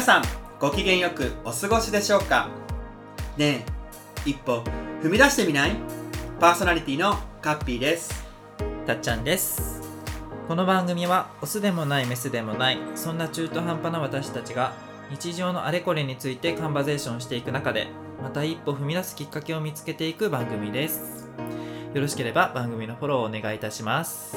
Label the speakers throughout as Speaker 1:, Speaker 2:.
Speaker 1: さんご機嫌よくお過ごしでしょうかねえ一歩踏み出してみないパーソナリティのカッピーです
Speaker 2: たっちゃんですこの番組はオスでもないメスでもないそんな中途半端な私たちが日常のあれこれについてカンバゼーションしていく中でまた一歩踏み出すきっかけを見つけていく番組ですよろしければ番組のフォローをお願いいたします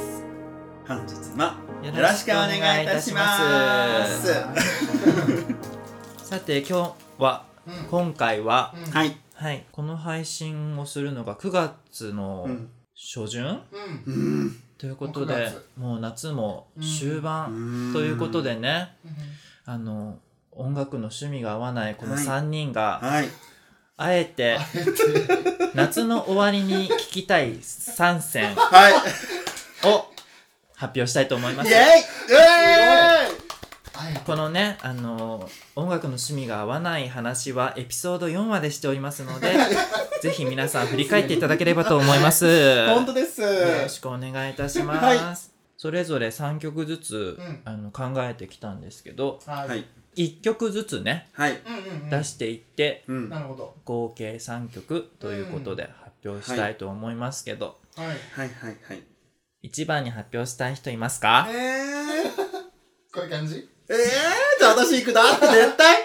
Speaker 1: 本日もよろしくお願いいたします
Speaker 2: よろしくお願いいたしますさて今日は
Speaker 3: う
Speaker 2: 今回は、
Speaker 3: ん
Speaker 1: はい
Speaker 2: はい、この配信をするのが9月の
Speaker 1: うん
Speaker 2: 初旬、
Speaker 3: うん
Speaker 1: うん
Speaker 2: ということ
Speaker 3: もう
Speaker 2: で
Speaker 3: 九
Speaker 2: もう夏も終盤、
Speaker 1: うん
Speaker 2: ということでね、
Speaker 3: うん
Speaker 2: あの音楽の趣味が合わないこの
Speaker 1: はい
Speaker 2: 3人が、
Speaker 1: はい
Speaker 2: あえて夏の終わりに聴きたい3選
Speaker 1: はい
Speaker 2: を発表したいと思いま
Speaker 1: イ
Speaker 2: す
Speaker 1: エイ。イエーイ
Speaker 3: はい
Speaker 2: このね、あの音楽の趣味が合わない話はエピソード4話でしております のでぜひ皆さん振り返っていただければと思います。
Speaker 1: 本当です
Speaker 2: よろしくお願いいたします。
Speaker 1: は
Speaker 2: それぞれ3曲ずつ、
Speaker 3: うん
Speaker 2: あの考えてきたんですけど
Speaker 3: は
Speaker 1: はいい
Speaker 2: 1曲ずつね
Speaker 1: はい
Speaker 3: うんうんうん
Speaker 2: 出していって、
Speaker 1: うん
Speaker 3: なるほど
Speaker 2: 合計3曲ということで発表したいと思いますけど、
Speaker 3: はい
Speaker 1: はいはいはい
Speaker 2: 1番に発表したい人いますか
Speaker 1: えー
Speaker 3: こういう感じ
Speaker 1: えーじゃあ私行くな絶対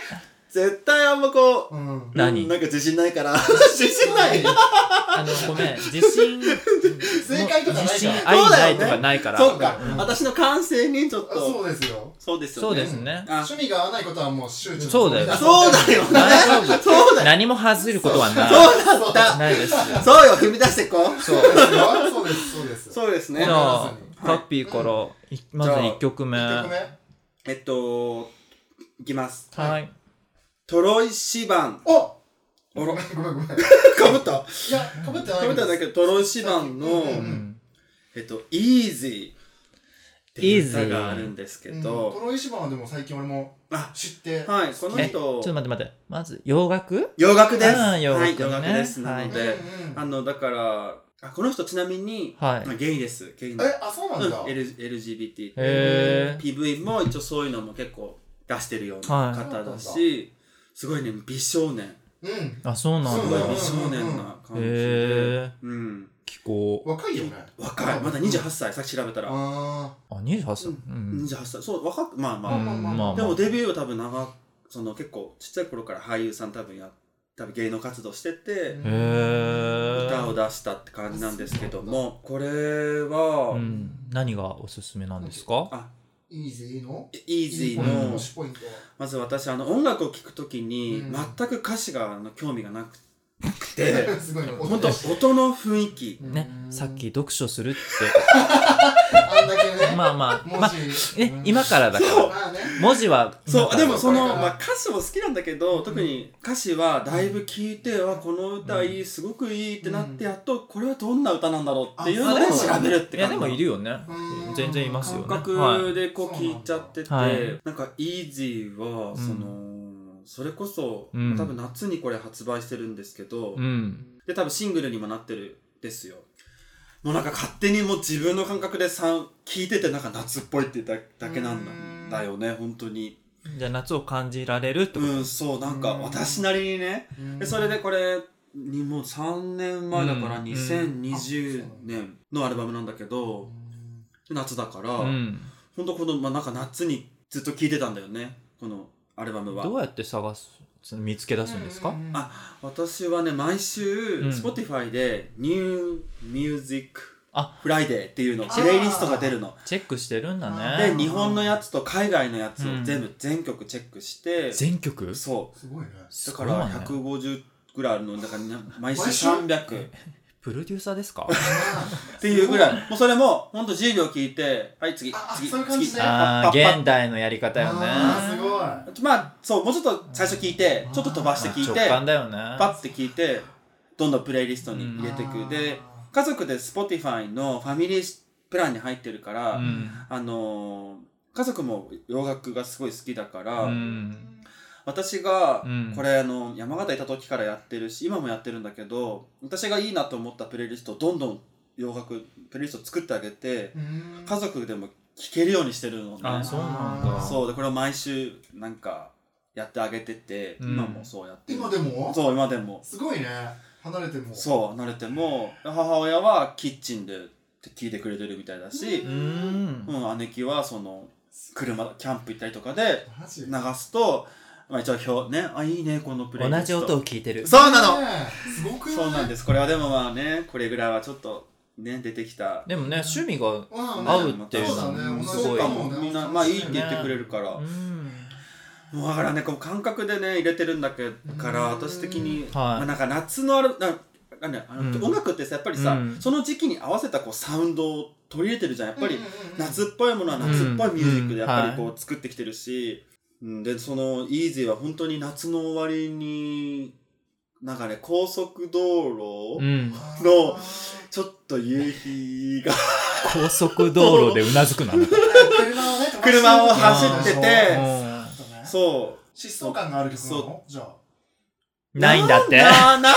Speaker 1: 絶対あんまこう
Speaker 3: うん
Speaker 2: 何
Speaker 1: うんなんか自信ないから 自信ない
Speaker 2: あのごめん自信
Speaker 3: 正解とかないから
Speaker 2: 自信愛ないとかないから
Speaker 1: そうか、
Speaker 2: うん
Speaker 1: 私の感性にちょっ
Speaker 3: あ
Speaker 1: と
Speaker 3: そうですよ
Speaker 1: そうです
Speaker 2: そ
Speaker 1: よ
Speaker 2: う
Speaker 1: ね
Speaker 2: ですね
Speaker 1: あ
Speaker 3: 趣味が合わないことはもう周知
Speaker 2: そうだよ
Speaker 1: あそうだよね
Speaker 2: 大丈夫
Speaker 1: そうだよ
Speaker 2: 何も外れることはな
Speaker 1: そうだった
Speaker 2: いないですよ
Speaker 1: そうよ踏み出していこう
Speaker 2: そう
Speaker 3: そうですそうですそうです
Speaker 1: そうです
Speaker 2: じ
Speaker 1: ね
Speaker 2: ゃ
Speaker 3: は
Speaker 2: あ
Speaker 3: い
Speaker 2: カッピーから、いまず1曲目
Speaker 3: 一曲目
Speaker 1: えっといきます
Speaker 2: はい
Speaker 1: トロイシバン
Speaker 3: お
Speaker 1: おろか
Speaker 3: ごめんごめんい
Speaker 1: ぶった
Speaker 3: やかぶってない
Speaker 1: かぶったんだけどトロイシバンの
Speaker 3: う
Speaker 2: うんん
Speaker 1: えっと「Easy」っていう歌があるんですけ
Speaker 3: うんト
Speaker 1: ど
Speaker 3: ロイシバンはでも最近俺も
Speaker 1: あ
Speaker 3: 知って
Speaker 1: はいこの
Speaker 2: えちょ
Speaker 1: 人
Speaker 2: っと待って待ってまず洋楽
Speaker 1: 洋楽です
Speaker 2: あー洋楽ね
Speaker 1: はい洋楽です
Speaker 2: は
Speaker 1: ないので
Speaker 3: うんうん
Speaker 1: あのだからあこの人ちなみに
Speaker 2: はい
Speaker 1: まあゲイですゲイの
Speaker 3: えあそうなんだ
Speaker 1: うん L- LGBT って
Speaker 2: へえ
Speaker 1: PV も一応そういうのも結構出してるよう
Speaker 2: は
Speaker 1: ない方だし、すごいね美少年
Speaker 3: うん
Speaker 2: あそうな
Speaker 1: す
Speaker 2: ん
Speaker 1: ごい
Speaker 2: だ
Speaker 1: 美少年な感
Speaker 2: へ
Speaker 1: じで、
Speaker 2: え
Speaker 1: うん、
Speaker 2: 気候
Speaker 3: 若いよね
Speaker 1: 若いまだ28歳さっき調べたら、
Speaker 3: あ
Speaker 2: あ28歳うん
Speaker 1: 28歳そう若くまあまあ、
Speaker 2: うんまあ
Speaker 1: でもデビューは多分長くその結構ちっちゃい頃から俳優さん多分や多分芸能活動してて
Speaker 2: へえ
Speaker 1: 歌を出したって感じなんですけどもこれは、
Speaker 2: うん、何がおすすめなんですか
Speaker 1: あ
Speaker 3: ーイージーの
Speaker 1: イージー
Speaker 2: うん
Speaker 1: の
Speaker 3: 推しポイント
Speaker 1: まず私あの音楽を聴くときに
Speaker 3: うん
Speaker 1: 全く歌詞があの興味がなくて
Speaker 3: すごいの
Speaker 1: 本当音の雰囲気
Speaker 2: ねさっき読書するっ
Speaker 3: あんだけ
Speaker 2: て
Speaker 3: ね
Speaker 2: まあまあ、
Speaker 3: 文
Speaker 2: まあ、
Speaker 3: 字
Speaker 2: え今からだから
Speaker 1: そう
Speaker 3: まあね
Speaker 2: 文字は今
Speaker 1: そ
Speaker 2: か
Speaker 1: うで
Speaker 2: ら
Speaker 1: もその、
Speaker 3: これから
Speaker 1: まあ、歌詞も好きなんだけど特に歌詞はだいぶ聴いて、わこの歌いいすごくいいってなってやっとこれはどんな歌なんだろうっていうの
Speaker 3: あ
Speaker 1: を
Speaker 3: でも
Speaker 1: 調べるって感じ
Speaker 2: いやでもいるよね
Speaker 3: うん
Speaker 2: 全然いますよね
Speaker 1: 感
Speaker 2: は
Speaker 1: 覚でこう
Speaker 3: はい
Speaker 1: 聞いちゃってて、
Speaker 2: はい
Speaker 1: なんか「Easy」は
Speaker 2: ん
Speaker 1: その、それこそ、
Speaker 2: うん
Speaker 1: 多分夏にこれ発売してるんですけど、
Speaker 2: い、うん
Speaker 1: で多分シングルにもなってるんですよもうなんか勝手にもう自分の感覚で聴いててなんか夏っぽいってだだけなんだ
Speaker 3: うん
Speaker 1: だよね本当に
Speaker 2: じゃあ夏を感じられるって
Speaker 1: う
Speaker 2: こと、
Speaker 1: んそうなんか
Speaker 3: うん
Speaker 1: 私なりにねでそれでこれにもう3年前だから
Speaker 2: うん
Speaker 1: 2020年のアルバムなんだけど夏だから、
Speaker 2: うん、
Speaker 1: ほんとこの、まあ、なんか夏にずっと聴いてたんだよねこのアルバムは
Speaker 2: どうやって探す見つけ出すんですか、
Speaker 1: あ私はね毎週
Speaker 2: うん
Speaker 1: Spotify で「New Music
Speaker 2: あ
Speaker 1: Friday」っていうの
Speaker 3: あー
Speaker 1: プレイリストが出るの
Speaker 2: チェックしてるんだ
Speaker 1: で
Speaker 2: ね
Speaker 3: うん
Speaker 1: 日本のやつと海外のやつ
Speaker 2: う
Speaker 1: を
Speaker 2: ん
Speaker 1: 全部全曲チェックして
Speaker 2: 全曲
Speaker 1: そう
Speaker 3: すごいね
Speaker 1: だから
Speaker 2: すごいね
Speaker 1: 150ぐらいあるのだからな毎週
Speaker 3: 毎週
Speaker 1: 300
Speaker 2: プロデューサーですか
Speaker 1: っていうぐらいもうそれもほんと10秒聞いてはい次
Speaker 3: あ
Speaker 1: 次
Speaker 3: そういう感じ
Speaker 1: 次
Speaker 3: ね
Speaker 2: ああ
Speaker 1: パッパッ パッ
Speaker 2: 現代のやり方よね
Speaker 3: あーすごい
Speaker 1: まあそうもうちょっと最初聞いてちょっと飛ばして聞い
Speaker 2: 直
Speaker 1: て
Speaker 2: 感だよね
Speaker 1: パッて聞いてどんどんプレイリストに入れてく、
Speaker 3: うん
Speaker 1: で家族で Spotify のファミリープランに入ってるから、
Speaker 2: うん
Speaker 1: あのー家族も洋楽がすごい好きだから、
Speaker 2: うん
Speaker 1: 私が
Speaker 2: うん
Speaker 1: これあの山形いた時からやってるし今もやってるんだけど私がいいなと思ったプレイリストをどんどん洋楽プレイリスト作ってあげて
Speaker 3: うん
Speaker 1: 家族でも聴けるようにしてるのね
Speaker 2: あそうなんだ
Speaker 1: そうでこれを毎週なんかやってあげてて、
Speaker 2: うん
Speaker 1: 今もそうやってる
Speaker 3: 今でも
Speaker 1: そう今でも
Speaker 3: すごいね離れても
Speaker 1: そう慣れても母親はキッチンでって聞いてくれてるみたいだし
Speaker 2: う、ん
Speaker 1: うん姉貴はその車キャンプ行ったりとかで
Speaker 3: マジ
Speaker 1: 流すと、まあ、一応表ねあいいねこのプレイ
Speaker 2: 同じ音
Speaker 1: を
Speaker 2: を聞いてる
Speaker 1: そうなの
Speaker 3: ねえすごくよ
Speaker 1: そうなんです。これはでもまあね、これぐらいはちょっとね、出てきた。
Speaker 2: でもね趣味が
Speaker 3: 合
Speaker 2: 合うっていう
Speaker 3: そうだ
Speaker 2: の
Speaker 3: ね
Speaker 2: も
Speaker 3: 同
Speaker 2: す
Speaker 3: じ
Speaker 2: ごい
Speaker 1: か
Speaker 3: か
Speaker 1: も
Speaker 3: もね
Speaker 1: みんな、まあいいって言ってくれるから。
Speaker 2: うん
Speaker 1: もうだからね、この感覚でね、入れてるんだけから、
Speaker 3: うん
Speaker 1: 私的に、まあ
Speaker 2: は
Speaker 1: なんか夏のある、ななんだよあの
Speaker 2: うん
Speaker 1: 音楽ってさ、やっぱりさ、
Speaker 2: うん
Speaker 1: その時期に合わせたこうサウンドを取り入れてるじゃん。やっぱり、夏っぽいものは
Speaker 2: うん
Speaker 1: 夏っぽいミュージックで
Speaker 2: う
Speaker 1: や
Speaker 2: ん
Speaker 1: っぱりこう作ってきてるし、うん、でそのイージーは本当に夏の終わりになんかね高速道路、
Speaker 2: いうん
Speaker 1: のちょっと夕日 が
Speaker 2: 高速道路でうなずくな
Speaker 3: 車をね
Speaker 1: 車を
Speaker 2: 走
Speaker 1: ってて
Speaker 3: ちょっとね
Speaker 1: そ
Speaker 3: 疾走感がある曲な
Speaker 1: そ
Speaker 3: のじゃあ
Speaker 1: う
Speaker 2: ないんだって
Speaker 1: ななな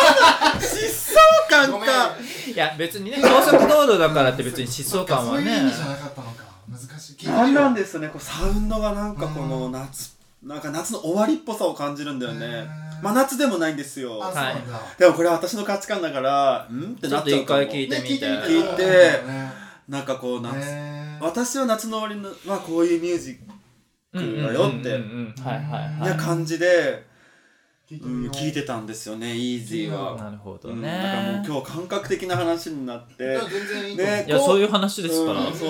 Speaker 1: 疾走感
Speaker 3: ごめん
Speaker 1: か
Speaker 2: いや別にね高速道路だからって別に疾
Speaker 3: そ
Speaker 2: 走
Speaker 3: っか
Speaker 2: 感は
Speaker 3: そういう意
Speaker 2: ね
Speaker 3: 味じゃなかったのか難しい
Speaker 1: なんなん
Speaker 3: だ
Speaker 1: ですねこうサウンドがなんかこの夏なんか夏の終わりっぽさを感じるんだよね真夏でもないんですよ
Speaker 3: あそうなんだ
Speaker 1: でもこれは私の価値観だからんって
Speaker 2: ちょ
Speaker 1: な
Speaker 2: っ
Speaker 1: っ
Speaker 2: と
Speaker 1: ちゃ
Speaker 2: 一
Speaker 1: うかも
Speaker 2: 回聞いて
Speaker 3: ね
Speaker 2: み
Speaker 3: 聞い
Speaker 2: て
Speaker 3: てみて
Speaker 1: 聞いて
Speaker 3: ね
Speaker 1: なんかこう夏、
Speaker 3: ね
Speaker 1: 私は夏の終わりのはこういうミュージ
Speaker 2: うんうん
Speaker 1: だよって
Speaker 2: うんうんうんはい
Speaker 1: ック
Speaker 2: はい
Speaker 1: な
Speaker 2: は
Speaker 1: 感じで、
Speaker 3: 聞いて
Speaker 1: うん、聞い
Speaker 3: て
Speaker 1: てたんですよねイージー
Speaker 2: い
Speaker 1: は。
Speaker 2: なるほど
Speaker 1: うんだからもう
Speaker 2: ね
Speaker 1: 今日感覚的な話になって、
Speaker 3: 全然いい
Speaker 1: ね
Speaker 2: いやそういう話ですから
Speaker 1: うんそう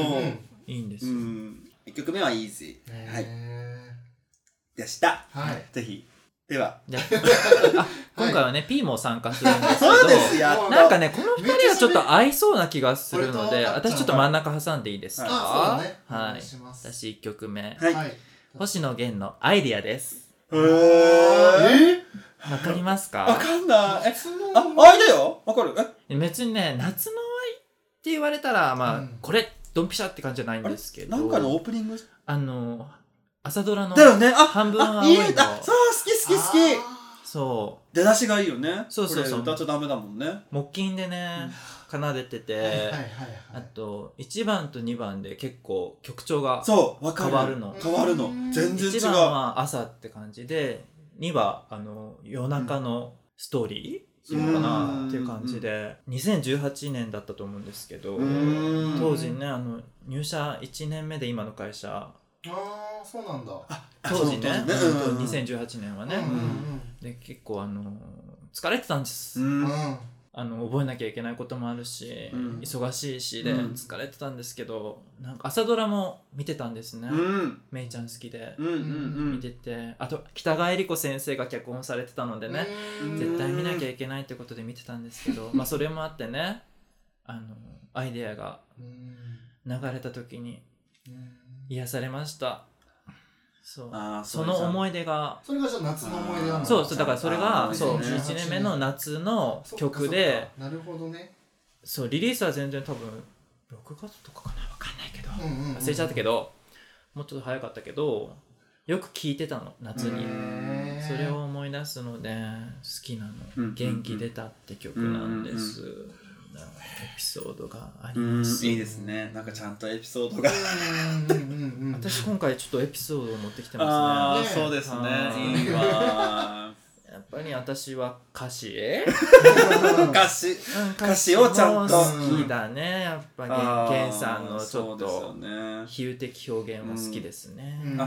Speaker 2: いいんです
Speaker 1: う
Speaker 2: よ
Speaker 1: ん、1曲目はイージー、はい、
Speaker 3: い
Speaker 1: でした。
Speaker 3: はい
Speaker 1: ぜひ。では、
Speaker 2: であ今回はね P も参加するんですけど
Speaker 1: そうですやっと
Speaker 2: なんかねこの2人はちょっと合いそうな気がするの
Speaker 3: めっ
Speaker 2: で
Speaker 3: ちゃ
Speaker 2: 私ちょっと真ん中挟んでいいですか
Speaker 3: あそうだねお
Speaker 2: は
Speaker 3: 願
Speaker 2: い
Speaker 3: いします
Speaker 2: 私1曲目
Speaker 1: はい。
Speaker 3: はい
Speaker 2: 星野源の「アイディア」です
Speaker 1: え
Speaker 3: ー
Speaker 1: ー、
Speaker 2: わかります
Speaker 1: わ
Speaker 2: か
Speaker 1: かんない。え
Speaker 3: 夏の
Speaker 1: あ、あれだよわかるえ
Speaker 2: 別にね夏の終わりって言われたらまあ
Speaker 3: うん
Speaker 2: これドンピシャって感じじゃないんですけど
Speaker 1: なんかのオープニング
Speaker 2: あの朝ドラの
Speaker 1: だよねあ
Speaker 2: 半分
Speaker 1: あ、
Speaker 2: は青
Speaker 1: い
Speaker 2: い
Speaker 1: い
Speaker 2: の
Speaker 1: あ、そう、好き好き好き
Speaker 2: そ
Speaker 1: 出だしがいいよね。
Speaker 2: そうそうそう
Speaker 1: これ歌っちゃダメだもんね。
Speaker 2: う木琴でね奏でて
Speaker 3: あーはいはい
Speaker 2: て
Speaker 3: はいは
Speaker 2: あ
Speaker 3: い
Speaker 2: と1番と2番で結構曲調が
Speaker 1: そう、わかる。
Speaker 2: 変わるの
Speaker 1: 変わるの。全然違
Speaker 2: 1
Speaker 1: う。
Speaker 2: 番は朝って感じで2はあの夜中のストーリー、
Speaker 1: うん
Speaker 2: そうかなっていう感じで2018年だったと思うんですけど
Speaker 1: うーん
Speaker 2: 当時ねあの入社1年目で今の会社
Speaker 3: ああそうなんだ
Speaker 1: あ
Speaker 2: 当時ね
Speaker 1: そう当時ね
Speaker 2: うん
Speaker 1: うん
Speaker 2: 2018年はね、
Speaker 3: うん
Speaker 2: で結構あの疲れてたんです、
Speaker 1: うん
Speaker 3: うんうん
Speaker 2: あの覚えなきゃいけないこともあるし、
Speaker 1: うん
Speaker 2: 忙しいしで
Speaker 1: うん
Speaker 2: 疲れてたんですけどなんか朝ドラも見てたんですね、
Speaker 1: うん。
Speaker 2: めいちゃん好きで
Speaker 1: うん。うん。うん
Speaker 2: 見ててあと北川恵理子先生が脚本されてたのでね、
Speaker 3: うん
Speaker 2: 絶対見なきゃいけないってことで見てたんですけど、まあ、それもあってねあのアイデアが
Speaker 3: うん
Speaker 2: 流れた時に
Speaker 3: うん
Speaker 2: 癒されましたそう
Speaker 1: あー
Speaker 2: その
Speaker 1: い。
Speaker 2: 思い出が
Speaker 3: それがじゃあ夏の思い出なの
Speaker 2: そうそうだからそれ
Speaker 1: あ
Speaker 2: が
Speaker 1: ー
Speaker 2: そう
Speaker 1: そうね
Speaker 2: 1年目の夏の曲で
Speaker 3: そっかそっかなるほどね
Speaker 2: そうリリースは全然多分6月とかかな分かんないけど
Speaker 3: うんうんうん
Speaker 2: 忘れちゃったけどもうちょっと早かったけどよく聴いてたの夏に。
Speaker 3: へー
Speaker 2: それを思い出すので好きなの「
Speaker 1: うんうんうん
Speaker 2: 元気出た」って曲なんです、なんかエピソードがあり
Speaker 1: うん、い
Speaker 2: ま
Speaker 1: い
Speaker 2: す、
Speaker 1: ですね。なんかちゃんとエピソードが。
Speaker 3: うんうんうんうん
Speaker 2: 私今回ちょっとエピソードを持ってきて
Speaker 1: あ
Speaker 2: ま
Speaker 1: あ、
Speaker 3: ね
Speaker 1: そうです
Speaker 2: あー
Speaker 1: ね。いい わ。
Speaker 2: すねやっぱり私は歌詞、
Speaker 3: うん
Speaker 1: 昔。
Speaker 2: うん
Speaker 1: 歌詞をちゃんと
Speaker 2: 好きだねやっぱり
Speaker 1: あー
Speaker 2: 源さんのちょっ
Speaker 1: そ
Speaker 2: と
Speaker 1: うですよね。
Speaker 2: 比喩的表現は好きですね、
Speaker 3: うん
Speaker 1: あ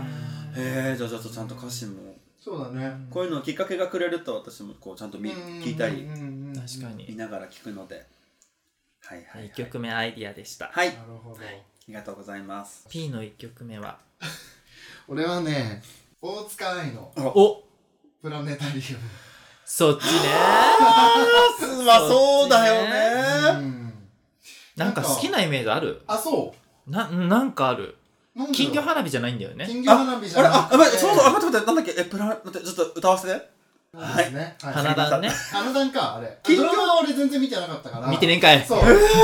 Speaker 1: へえ、じゃあちょっとちゃんと歌詞も。
Speaker 3: そうだね
Speaker 1: こういうのをきっかけがくれると私もこうちゃんと見聞いたり
Speaker 3: うんうんうん
Speaker 2: 確か
Speaker 1: 見
Speaker 2: に
Speaker 1: ながら聞くので。はいはい、はい
Speaker 2: 1。曲目アイディアでした
Speaker 1: はい。
Speaker 3: な
Speaker 1: あ
Speaker 3: るほど
Speaker 1: りがとうございます。
Speaker 2: P の1曲目は
Speaker 3: 俺はね大塚愛の
Speaker 2: お
Speaker 3: プラネタリウム
Speaker 2: そ っちね
Speaker 1: まあそうだよね。
Speaker 3: うん
Speaker 2: なんか好きなイメージある
Speaker 3: あそ
Speaker 2: ななんかある
Speaker 3: うなんだろう
Speaker 2: 金魚花火じゃないんだよね
Speaker 3: 金魚花火じ
Speaker 1: あ
Speaker 3: ゃ
Speaker 1: れ
Speaker 3: な
Speaker 1: あ、
Speaker 3: く
Speaker 1: や
Speaker 3: て
Speaker 1: ばい、そうそう、あ、待って待って、なんだっけ、え、プラ、待って、ちょっと歌わせて。
Speaker 3: そうですねはい
Speaker 2: 花壇ね
Speaker 3: 花壇かあれ
Speaker 1: 金魚
Speaker 3: ドラマは俺全然見てなかったから
Speaker 2: 見てねんかい
Speaker 3: そう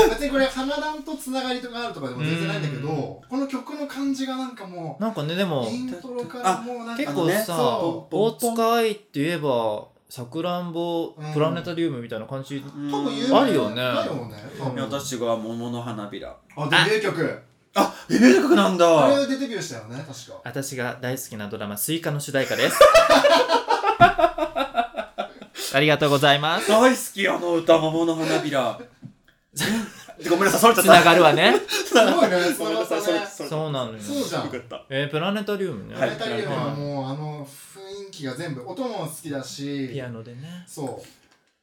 Speaker 3: 別にこれ花壇とつながりとかあるとかでも全然ないんだけど
Speaker 2: うん
Speaker 3: この曲の感じがなんかも
Speaker 2: なんかねで
Speaker 3: う
Speaker 2: も
Speaker 3: イントロからもうなんか
Speaker 2: 結
Speaker 1: あの
Speaker 2: 構
Speaker 1: ね
Speaker 2: さ
Speaker 3: そ
Speaker 1: ポ
Speaker 2: 大
Speaker 1: ンポン
Speaker 2: 塚愛って言えばさくらんぼ
Speaker 3: うん
Speaker 2: プラネタリウムみたいな感じ
Speaker 1: うん
Speaker 3: 多分有
Speaker 2: あ
Speaker 3: 名
Speaker 2: るよね
Speaker 3: だよね多
Speaker 2: う
Speaker 1: いや
Speaker 3: 分
Speaker 1: 私が桃の花びら。
Speaker 3: あでも名曲
Speaker 1: ああ、デビュー曲なん
Speaker 3: あ
Speaker 1: だ
Speaker 3: れでデビューしたよね、確か。
Speaker 2: 私が大好きなドラマ「スイカ」の主題歌ですありがとうございます
Speaker 1: 大好き、あの歌、桃の花びら。ごめんなさい、それちゃ
Speaker 2: つ
Speaker 1: った。
Speaker 2: ながるわね
Speaker 3: すご いね、
Speaker 1: ご
Speaker 3: そ
Speaker 1: めん
Speaker 3: の
Speaker 1: な
Speaker 3: そ
Speaker 1: さい、そ
Speaker 3: れ
Speaker 1: れ、
Speaker 3: ね。
Speaker 1: それ。
Speaker 2: そうなのよ
Speaker 3: そうじゃん
Speaker 1: よかった。
Speaker 2: えープラネタリウムね、
Speaker 1: は
Speaker 3: はいい、タリウムはもう、あの雰囲気が全部、音も好きだし。
Speaker 2: ピアノでね
Speaker 3: そう。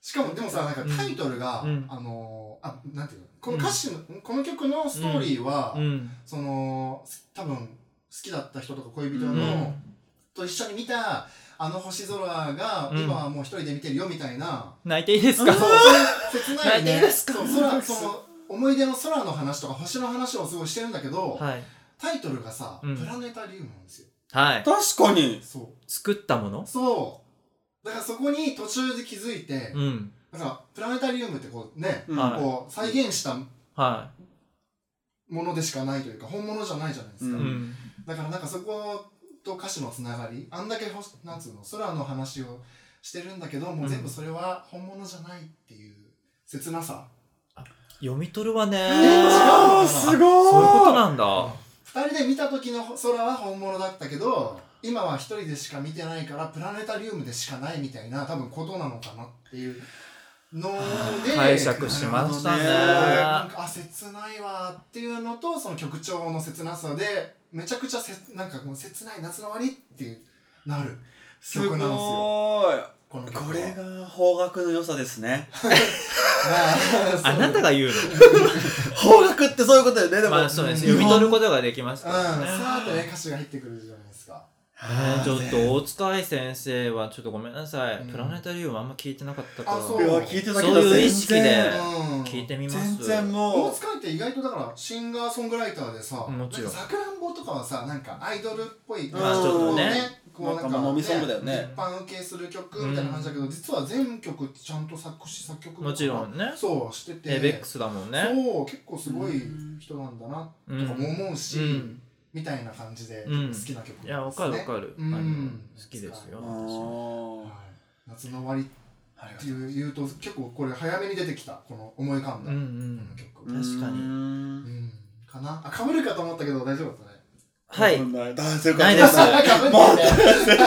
Speaker 3: しかもでもさ、なんかタイトルが、
Speaker 2: うん
Speaker 3: あのー、あ、なんていうのこの歌詞の、この曲のストーリーは、
Speaker 2: うん
Speaker 3: その、す多分、好きだった人とか恋人
Speaker 2: う
Speaker 3: の、
Speaker 2: ん
Speaker 3: と一緒に見た、あの星空が、
Speaker 2: うん
Speaker 3: 今はもう一人で見てるよみたいな、
Speaker 2: 泣いていいですか
Speaker 3: そうそういう切な
Speaker 2: 泣
Speaker 3: い
Speaker 2: いていい
Speaker 3: ね。
Speaker 2: ですか
Speaker 3: そう空、その、思い出の空の話とか星の話をすごいしてるんだけど、
Speaker 2: はい、
Speaker 3: タイトルがさ、
Speaker 2: うん
Speaker 3: プラネタリウムなんですよ。
Speaker 2: はい、
Speaker 1: 確かに。
Speaker 3: そ
Speaker 2: 作ったもの
Speaker 3: う。そう。だからそこに途中で気づいて、
Speaker 2: うん
Speaker 3: だからプラネタリウムってこうね、
Speaker 1: うん
Speaker 2: はい
Speaker 3: こう再現した
Speaker 2: は
Speaker 3: ものでしかないというか本物じゃないじゃないです
Speaker 2: い、
Speaker 3: か、
Speaker 1: う
Speaker 2: うん
Speaker 3: だからなんかそこと歌詞のつながりあんだけほしなんつうの空の話をしてるんだけどもう全部それは本物じゃないっていう切なさ、
Speaker 2: 読み取るわね
Speaker 3: あー
Speaker 2: あ
Speaker 3: す
Speaker 2: そういうこと
Speaker 1: い
Speaker 2: なんだ、
Speaker 3: 二人で見た時の空は本物だったけど今は一人でしか見てないからプラネタリウムでしかないみたいな多分ことなのかなっていうの で
Speaker 2: 解釈しましたね
Speaker 3: なんかあ切ないわっていうのとその曲調の切なさでめちゃくちゃせなんかもう切ない夏の終わりっていうなる
Speaker 1: す
Speaker 3: 曲なんですよ
Speaker 1: ごい。
Speaker 3: この曲は
Speaker 1: これが方角の良さですね。
Speaker 3: あ
Speaker 2: あなた
Speaker 3: が
Speaker 2: が言う
Speaker 1: 方角ってそういうことだよね、で
Speaker 2: の
Speaker 1: も。
Speaker 2: まあそうです
Speaker 3: 日
Speaker 2: 読
Speaker 3: 本
Speaker 2: み取ることができまし
Speaker 3: う
Speaker 2: た
Speaker 3: ん
Speaker 2: ね、
Speaker 3: さあってね歌詞が入ってくるじゃないですか
Speaker 2: ねちょっと大塚愛先生はちょっとごめんなさい、
Speaker 3: うん
Speaker 2: プラネタリウムあんま聞いてなかったから
Speaker 3: あそう
Speaker 1: いや聞いてたけ
Speaker 2: そう
Speaker 1: ど、
Speaker 2: いう意
Speaker 1: 全
Speaker 2: 識で
Speaker 1: 然。
Speaker 3: うん
Speaker 2: 聞いてみます
Speaker 1: 全然も
Speaker 3: 大
Speaker 1: う。
Speaker 3: 塚愛って意外とだからシンガーソングライターでさ
Speaker 2: もちろん
Speaker 3: なんかさくらんぼとかはさなんかアイドルっぽい
Speaker 1: まあちょっとね
Speaker 3: こう
Speaker 1: なんかまあ飲みソングだよね
Speaker 3: 一般受けする曲みたいな感じだけど、実は全曲ちゃんと作詞作曲
Speaker 2: もちろんね
Speaker 3: そうしてて
Speaker 2: エベックスだもんね
Speaker 3: そう結構すごい人なんだな
Speaker 2: う
Speaker 3: とかも
Speaker 2: ん
Speaker 3: 思うし、
Speaker 2: うん
Speaker 3: みたいな感じで、
Speaker 2: うん
Speaker 3: 好きな曲ですね
Speaker 2: いやわかるわかる、
Speaker 3: うん
Speaker 2: あの好きですよ
Speaker 1: あ
Speaker 2: 私
Speaker 3: はい
Speaker 1: ー
Speaker 3: 夏の終わり
Speaker 1: ありが
Speaker 3: っ
Speaker 1: と
Speaker 3: ていう言うと結構これ早めに出てきたこの思い浮かんだ、
Speaker 2: うんう
Speaker 3: こ
Speaker 1: う
Speaker 2: ん
Speaker 3: の曲、
Speaker 2: うん確かに
Speaker 1: に。
Speaker 3: うんかなあかぶるかと思ったけど大丈夫だったね
Speaker 2: はい
Speaker 1: わかんない。あそういうこと
Speaker 2: ないです
Speaker 3: かぶんないんだよ。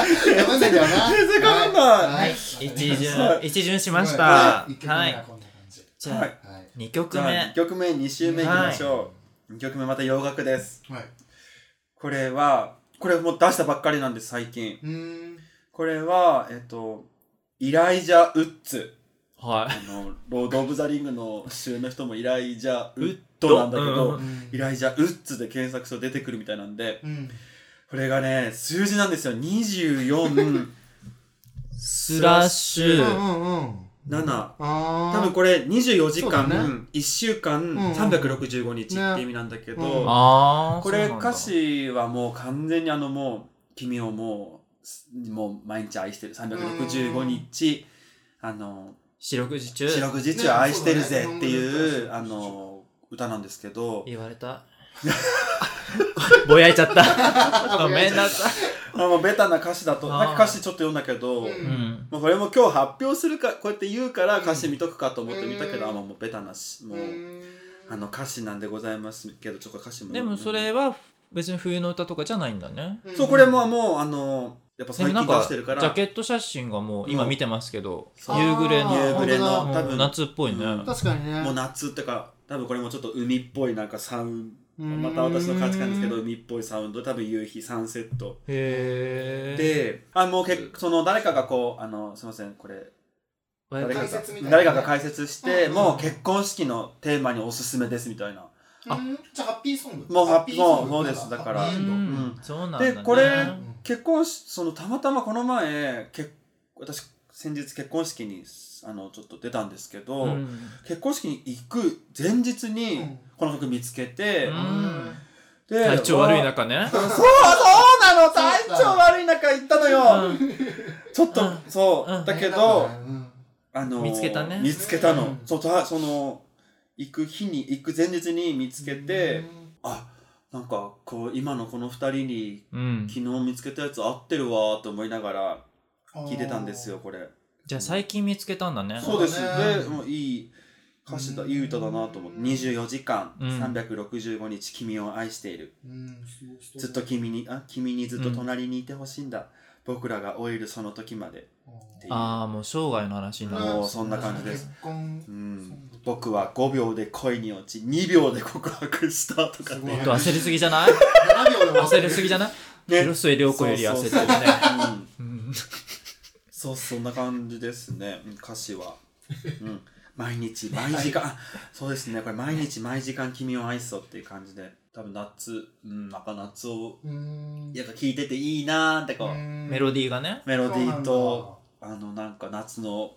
Speaker 3: かぶんないんだよな。
Speaker 1: 全然かぶんない
Speaker 3: はい。
Speaker 2: 一
Speaker 1: は
Speaker 2: 巡一巡し
Speaker 3: し
Speaker 2: ました
Speaker 3: 一曲
Speaker 2: は
Speaker 3: 目ははいこんな感じ。
Speaker 2: じゃ
Speaker 1: は
Speaker 2: あ
Speaker 1: い
Speaker 3: はい。
Speaker 2: 2曲
Speaker 1: じゃあ
Speaker 2: 目
Speaker 1: 2曲目、2周目いきましょう。2曲目、また洋楽です。
Speaker 3: はい。
Speaker 1: これは、これもう出したばっかりなんです、最近。
Speaker 3: うーん。
Speaker 1: これは、えっと、イライジャ・ウッズ。
Speaker 2: は
Speaker 1: あの、ロード・オブ・ザ・リングの主演の人もイライジャ・ウ
Speaker 2: い
Speaker 1: ッドなんだけ
Speaker 2: う
Speaker 1: ど、
Speaker 3: ん
Speaker 1: イライジャ・ウッズで検索すると出てくるみたいなんで、
Speaker 3: うん。
Speaker 1: これがね、数字なんですよ。24、
Speaker 2: スラッシ
Speaker 3: う
Speaker 2: ュ
Speaker 3: んうんうん。
Speaker 1: 7。
Speaker 3: あ
Speaker 1: 多分これ24時
Speaker 3: そうだね
Speaker 1: 間、1週間、
Speaker 3: ん
Speaker 1: 365日って意味なんだけ
Speaker 3: ねう
Speaker 1: ど、
Speaker 3: ん
Speaker 2: ああ
Speaker 1: これ歌詞はもう完全にあのもう君をもうすもう毎日愛してる365日あの
Speaker 2: 四六時中
Speaker 1: 四六時中愛してるぜ
Speaker 3: ね
Speaker 1: っていう、
Speaker 3: そうだ
Speaker 1: あ
Speaker 3: ね
Speaker 1: の歌なんですけど
Speaker 2: 言われたぼやいちゃった
Speaker 3: あ
Speaker 2: ごめんなさい
Speaker 1: あもうベタな歌詞だと
Speaker 2: あー
Speaker 1: なんか歌詞ちょっと読んだけど、
Speaker 3: う
Speaker 2: うんん
Speaker 1: まあ、これも今日発表するかこうやって言うから歌詞見とくかと思って見たけど、
Speaker 3: うん
Speaker 1: あもうベタなしもう、あの歌詞なんでございますけどちょっと歌詞も
Speaker 2: でもそれは別に冬の歌とかじゃないんだね
Speaker 1: そうこれ。ももうあのやっぱ
Speaker 2: で
Speaker 1: 最
Speaker 2: もな
Speaker 1: 近
Speaker 2: ん
Speaker 1: 出
Speaker 2: か
Speaker 1: して
Speaker 2: ジ
Speaker 1: るから
Speaker 2: ャケット写真がもう今
Speaker 1: うん
Speaker 2: 見てますけど
Speaker 1: そう
Speaker 2: 夕暮れの
Speaker 3: あー
Speaker 1: 夕暮れ
Speaker 3: 本
Speaker 1: の
Speaker 3: 当
Speaker 1: 多
Speaker 2: う
Speaker 1: 分
Speaker 2: ん夏っぽいね
Speaker 1: うん
Speaker 3: 確かにね。
Speaker 1: もう夏ってか多分これもちょっと海っぽいなんかサウン
Speaker 3: う
Speaker 1: ド
Speaker 3: ん
Speaker 1: また私の価値観ですけど。海っぽいサウンド多分夕日サンセット
Speaker 2: へえ
Speaker 1: であもうけその誰かがこうあのすいませんこれ誰か
Speaker 3: 解
Speaker 1: が
Speaker 3: 説みたいなね
Speaker 1: 誰かが解説して
Speaker 3: うん
Speaker 1: もう結婚式のテーマにおすすめですみたいな
Speaker 3: あ、じゃあハッピーソング。
Speaker 1: もうハッピー
Speaker 3: ソング
Speaker 1: もうそうですだから
Speaker 3: ハッピーエンド
Speaker 2: うん
Speaker 1: うん
Speaker 2: そうなんだね
Speaker 1: でこれ
Speaker 3: ん
Speaker 1: 結婚しそのたまたまこの前結私先日結婚式にあのちょっと出たんですけど、
Speaker 2: うん
Speaker 1: 結婚式に行く前日
Speaker 3: う
Speaker 1: に
Speaker 3: ん
Speaker 1: この曲見つけて、
Speaker 2: うん
Speaker 1: で
Speaker 2: 体調悪い中ね
Speaker 1: そうそうなの体調悪い中行ったのよ、ちょっと、
Speaker 2: うん
Speaker 1: そう、
Speaker 2: うん
Speaker 1: だけど、
Speaker 3: うん
Speaker 1: あのー
Speaker 2: 見つけたね
Speaker 1: 見つけたの、
Speaker 3: うん
Speaker 1: そうたその行く日に行く前日に見つけて、あなんかこう今のこの2人に
Speaker 2: うん
Speaker 1: 昨日見つけたやつ合ってるわーと思いながら
Speaker 3: うん
Speaker 1: 聞いてたんですよ。これ
Speaker 2: じゃあ最近見つけたんだね
Speaker 1: そうです
Speaker 3: そうだね
Speaker 1: でもういい歌詞だ、いい歌だなと思って、24時間、
Speaker 2: うん
Speaker 1: 365日君を愛している。
Speaker 3: うんすごいストーリー
Speaker 1: ずっと君に、あ、君にずっと隣にいてほしいんだ。僕らが老いるその時まで。っていう
Speaker 2: ああもう生涯の話になる
Speaker 1: もうそんな感じです。
Speaker 3: 結婚
Speaker 1: うん、僕は5秒で恋に落ち、2秒で告白したとかっていう
Speaker 2: ちょっと焦りすぎじゃない
Speaker 3: 7秒で
Speaker 2: 焦りすぎじ ゃない
Speaker 1: ね
Speaker 2: 広末涼子より焦ってるね
Speaker 1: そうそうそううん
Speaker 2: うん
Speaker 1: そう、そんな感じですね、うん歌詞 は。うん、毎日、毎時間、あそうですね、これ、毎日、毎時間、君を愛そうっていう感じで、多分夏、うん、なんか夏を、
Speaker 3: うん
Speaker 1: やっぱ聴いてていいなーってこう、
Speaker 2: メロディーがね
Speaker 1: メロディーと、あの、なんか夏の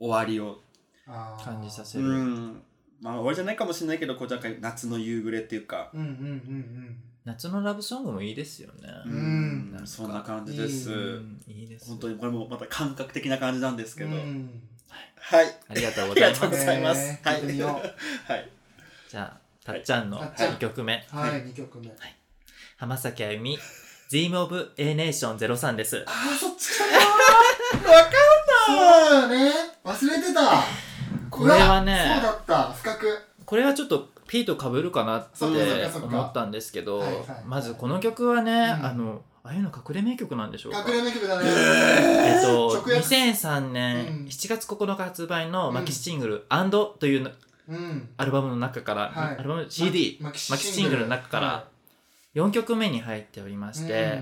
Speaker 1: 終わりを、
Speaker 2: 感じさせ
Speaker 3: せ
Speaker 1: う
Speaker 2: る、
Speaker 1: ん、まあ、終わりじゃないかもしれないけど、こう、なんか夏の夕暮れっていうか、
Speaker 3: うんうん
Speaker 2: 夏のラブソングもいいですよね、
Speaker 1: うんん
Speaker 2: なん、か
Speaker 1: そんな感じです。
Speaker 2: うんいいです
Speaker 1: 本当にこれもまた感覚的な感じなんですけ
Speaker 3: うんう
Speaker 1: ど、
Speaker 3: んうん
Speaker 1: はい、
Speaker 2: ありがとう
Speaker 1: あ
Speaker 2: ご
Speaker 1: り
Speaker 2: ざ
Speaker 1: が
Speaker 2: い
Speaker 1: とう
Speaker 2: ま
Speaker 1: ご
Speaker 2: す
Speaker 1: ざいます。
Speaker 3: えー
Speaker 1: は
Speaker 3: 聞いてみ よ
Speaker 1: い、はい。
Speaker 2: じゃあたっちゃんの
Speaker 3: たっちゃん
Speaker 2: 2曲目
Speaker 3: はい2曲目
Speaker 2: 浜崎あゆみ Dream of A Nation 03です
Speaker 3: あーそっち来たなーわかんないそうだよね忘れてた
Speaker 2: これはね
Speaker 3: うわそうだった深く
Speaker 2: これはちょっとピーと被るかなって
Speaker 3: そっかそっか
Speaker 2: 思ったんですけど
Speaker 3: はいはいはい
Speaker 2: まずこの曲はね、
Speaker 3: ん
Speaker 2: あのあゆの隠れ名曲なんでしょうか
Speaker 3: 隠れ名曲だね、
Speaker 2: えっと、
Speaker 3: 直訳
Speaker 2: 2003年
Speaker 3: うん
Speaker 2: 7月9日発売の
Speaker 3: うん
Speaker 2: マキシシングル「アンドという
Speaker 3: うん
Speaker 2: アルバムの中から、
Speaker 3: はい
Speaker 2: アルバム CD
Speaker 3: マ
Speaker 2: マ
Speaker 3: キ
Speaker 2: キ
Speaker 3: シ
Speaker 2: シシングルの中か
Speaker 3: は
Speaker 2: ら4曲目に入っておりまして、
Speaker 1: はいはい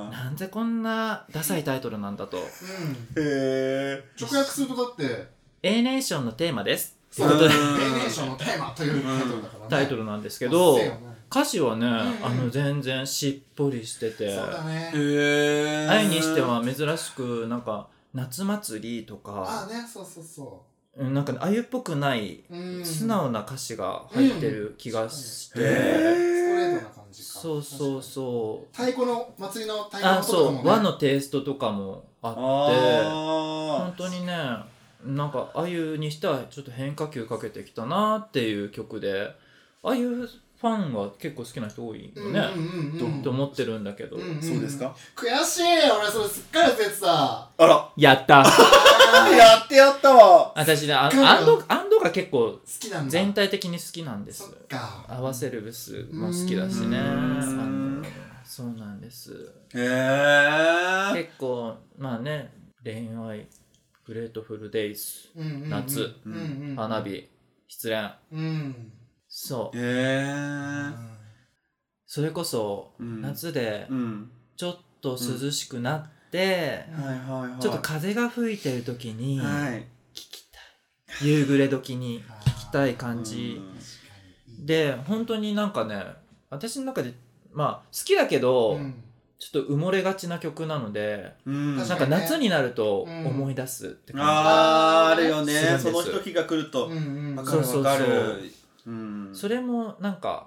Speaker 1: はい。
Speaker 2: なんでこんなダサいタイトルなんだと
Speaker 3: うんうん
Speaker 1: へ
Speaker 3: 直訳するとだって
Speaker 2: A ネーションのテーマですって
Speaker 3: そ
Speaker 2: いう
Speaker 3: う
Speaker 2: こ
Speaker 3: だ
Speaker 2: とで
Speaker 3: ね「ネーションのテーマ」というタイトルだからね
Speaker 2: タイト
Speaker 3: ル
Speaker 2: ルなんですけど
Speaker 3: そ
Speaker 2: 歌詞はね、
Speaker 3: ん
Speaker 2: あの全然しっぽりしてて
Speaker 3: うだね
Speaker 1: え
Speaker 2: 愛にしては珍しくなんか夏祭りと
Speaker 3: あ
Speaker 2: か
Speaker 3: あねそうそうそ
Speaker 2: うんなんかあゆっぽくない
Speaker 3: うんうん
Speaker 2: 素直な歌詞が入ってる気がして、
Speaker 3: うん
Speaker 1: へ
Speaker 3: ストレートな感じか
Speaker 2: そうそうそ
Speaker 3: 確かに太鼓の祭りの太
Speaker 2: う
Speaker 3: 鼓の
Speaker 2: あそ
Speaker 3: 音とかも
Speaker 2: う
Speaker 3: ね
Speaker 2: 和のテイストとかもあって
Speaker 1: あ
Speaker 2: 本当にねなんかあゆにしてはちょっと変化球かけてきたなっていう曲であゆファンは結構好きな人多いよね、
Speaker 3: うんうんうんうん
Speaker 2: と思ってるんだけど、
Speaker 3: うん
Speaker 1: そうですか
Speaker 3: 悔しい俺それすっかり忘れてた
Speaker 1: あら
Speaker 2: やった
Speaker 1: やってやったわ
Speaker 2: 私ねあ
Speaker 3: 来るの
Speaker 2: アンドアンドが結構
Speaker 3: 好きなんだ
Speaker 2: 全体的に好きなんで
Speaker 3: そっ
Speaker 2: す
Speaker 3: か
Speaker 2: 合わせるブスも好きだしね
Speaker 1: うーん
Speaker 2: あのそうなんです
Speaker 1: へえ
Speaker 2: 結構まあね恋愛グレートフルデイズ
Speaker 3: うんうんうん
Speaker 2: 夏
Speaker 3: うんうんうん
Speaker 2: 花火失恋
Speaker 3: うん
Speaker 2: そう
Speaker 1: へ
Speaker 2: それこそ
Speaker 1: うん
Speaker 2: 夏で
Speaker 1: うん
Speaker 2: ちょっと涼しくなって、
Speaker 3: うん
Speaker 1: はいはいはい
Speaker 2: ちょっと風が吹いてる時に聞
Speaker 1: はい
Speaker 2: きたい夕暮れ時に
Speaker 3: あー
Speaker 2: 聞きたい感
Speaker 1: うん
Speaker 2: じ
Speaker 3: 確かにいい
Speaker 2: で本当になんかね私の中でまあ好きだけど、
Speaker 3: うん
Speaker 2: ちょっと埋もれがちな曲なので、
Speaker 1: うん
Speaker 3: 確
Speaker 2: なん
Speaker 3: か
Speaker 2: か
Speaker 3: にね
Speaker 2: 夏になると思い出すって感
Speaker 1: あーあるよ
Speaker 2: する
Speaker 1: ね
Speaker 2: んで
Speaker 1: そ
Speaker 2: す
Speaker 1: の時が来ると
Speaker 3: うんうん
Speaker 1: わかるわか
Speaker 2: そうそう
Speaker 1: るうん
Speaker 2: じ、それもなんか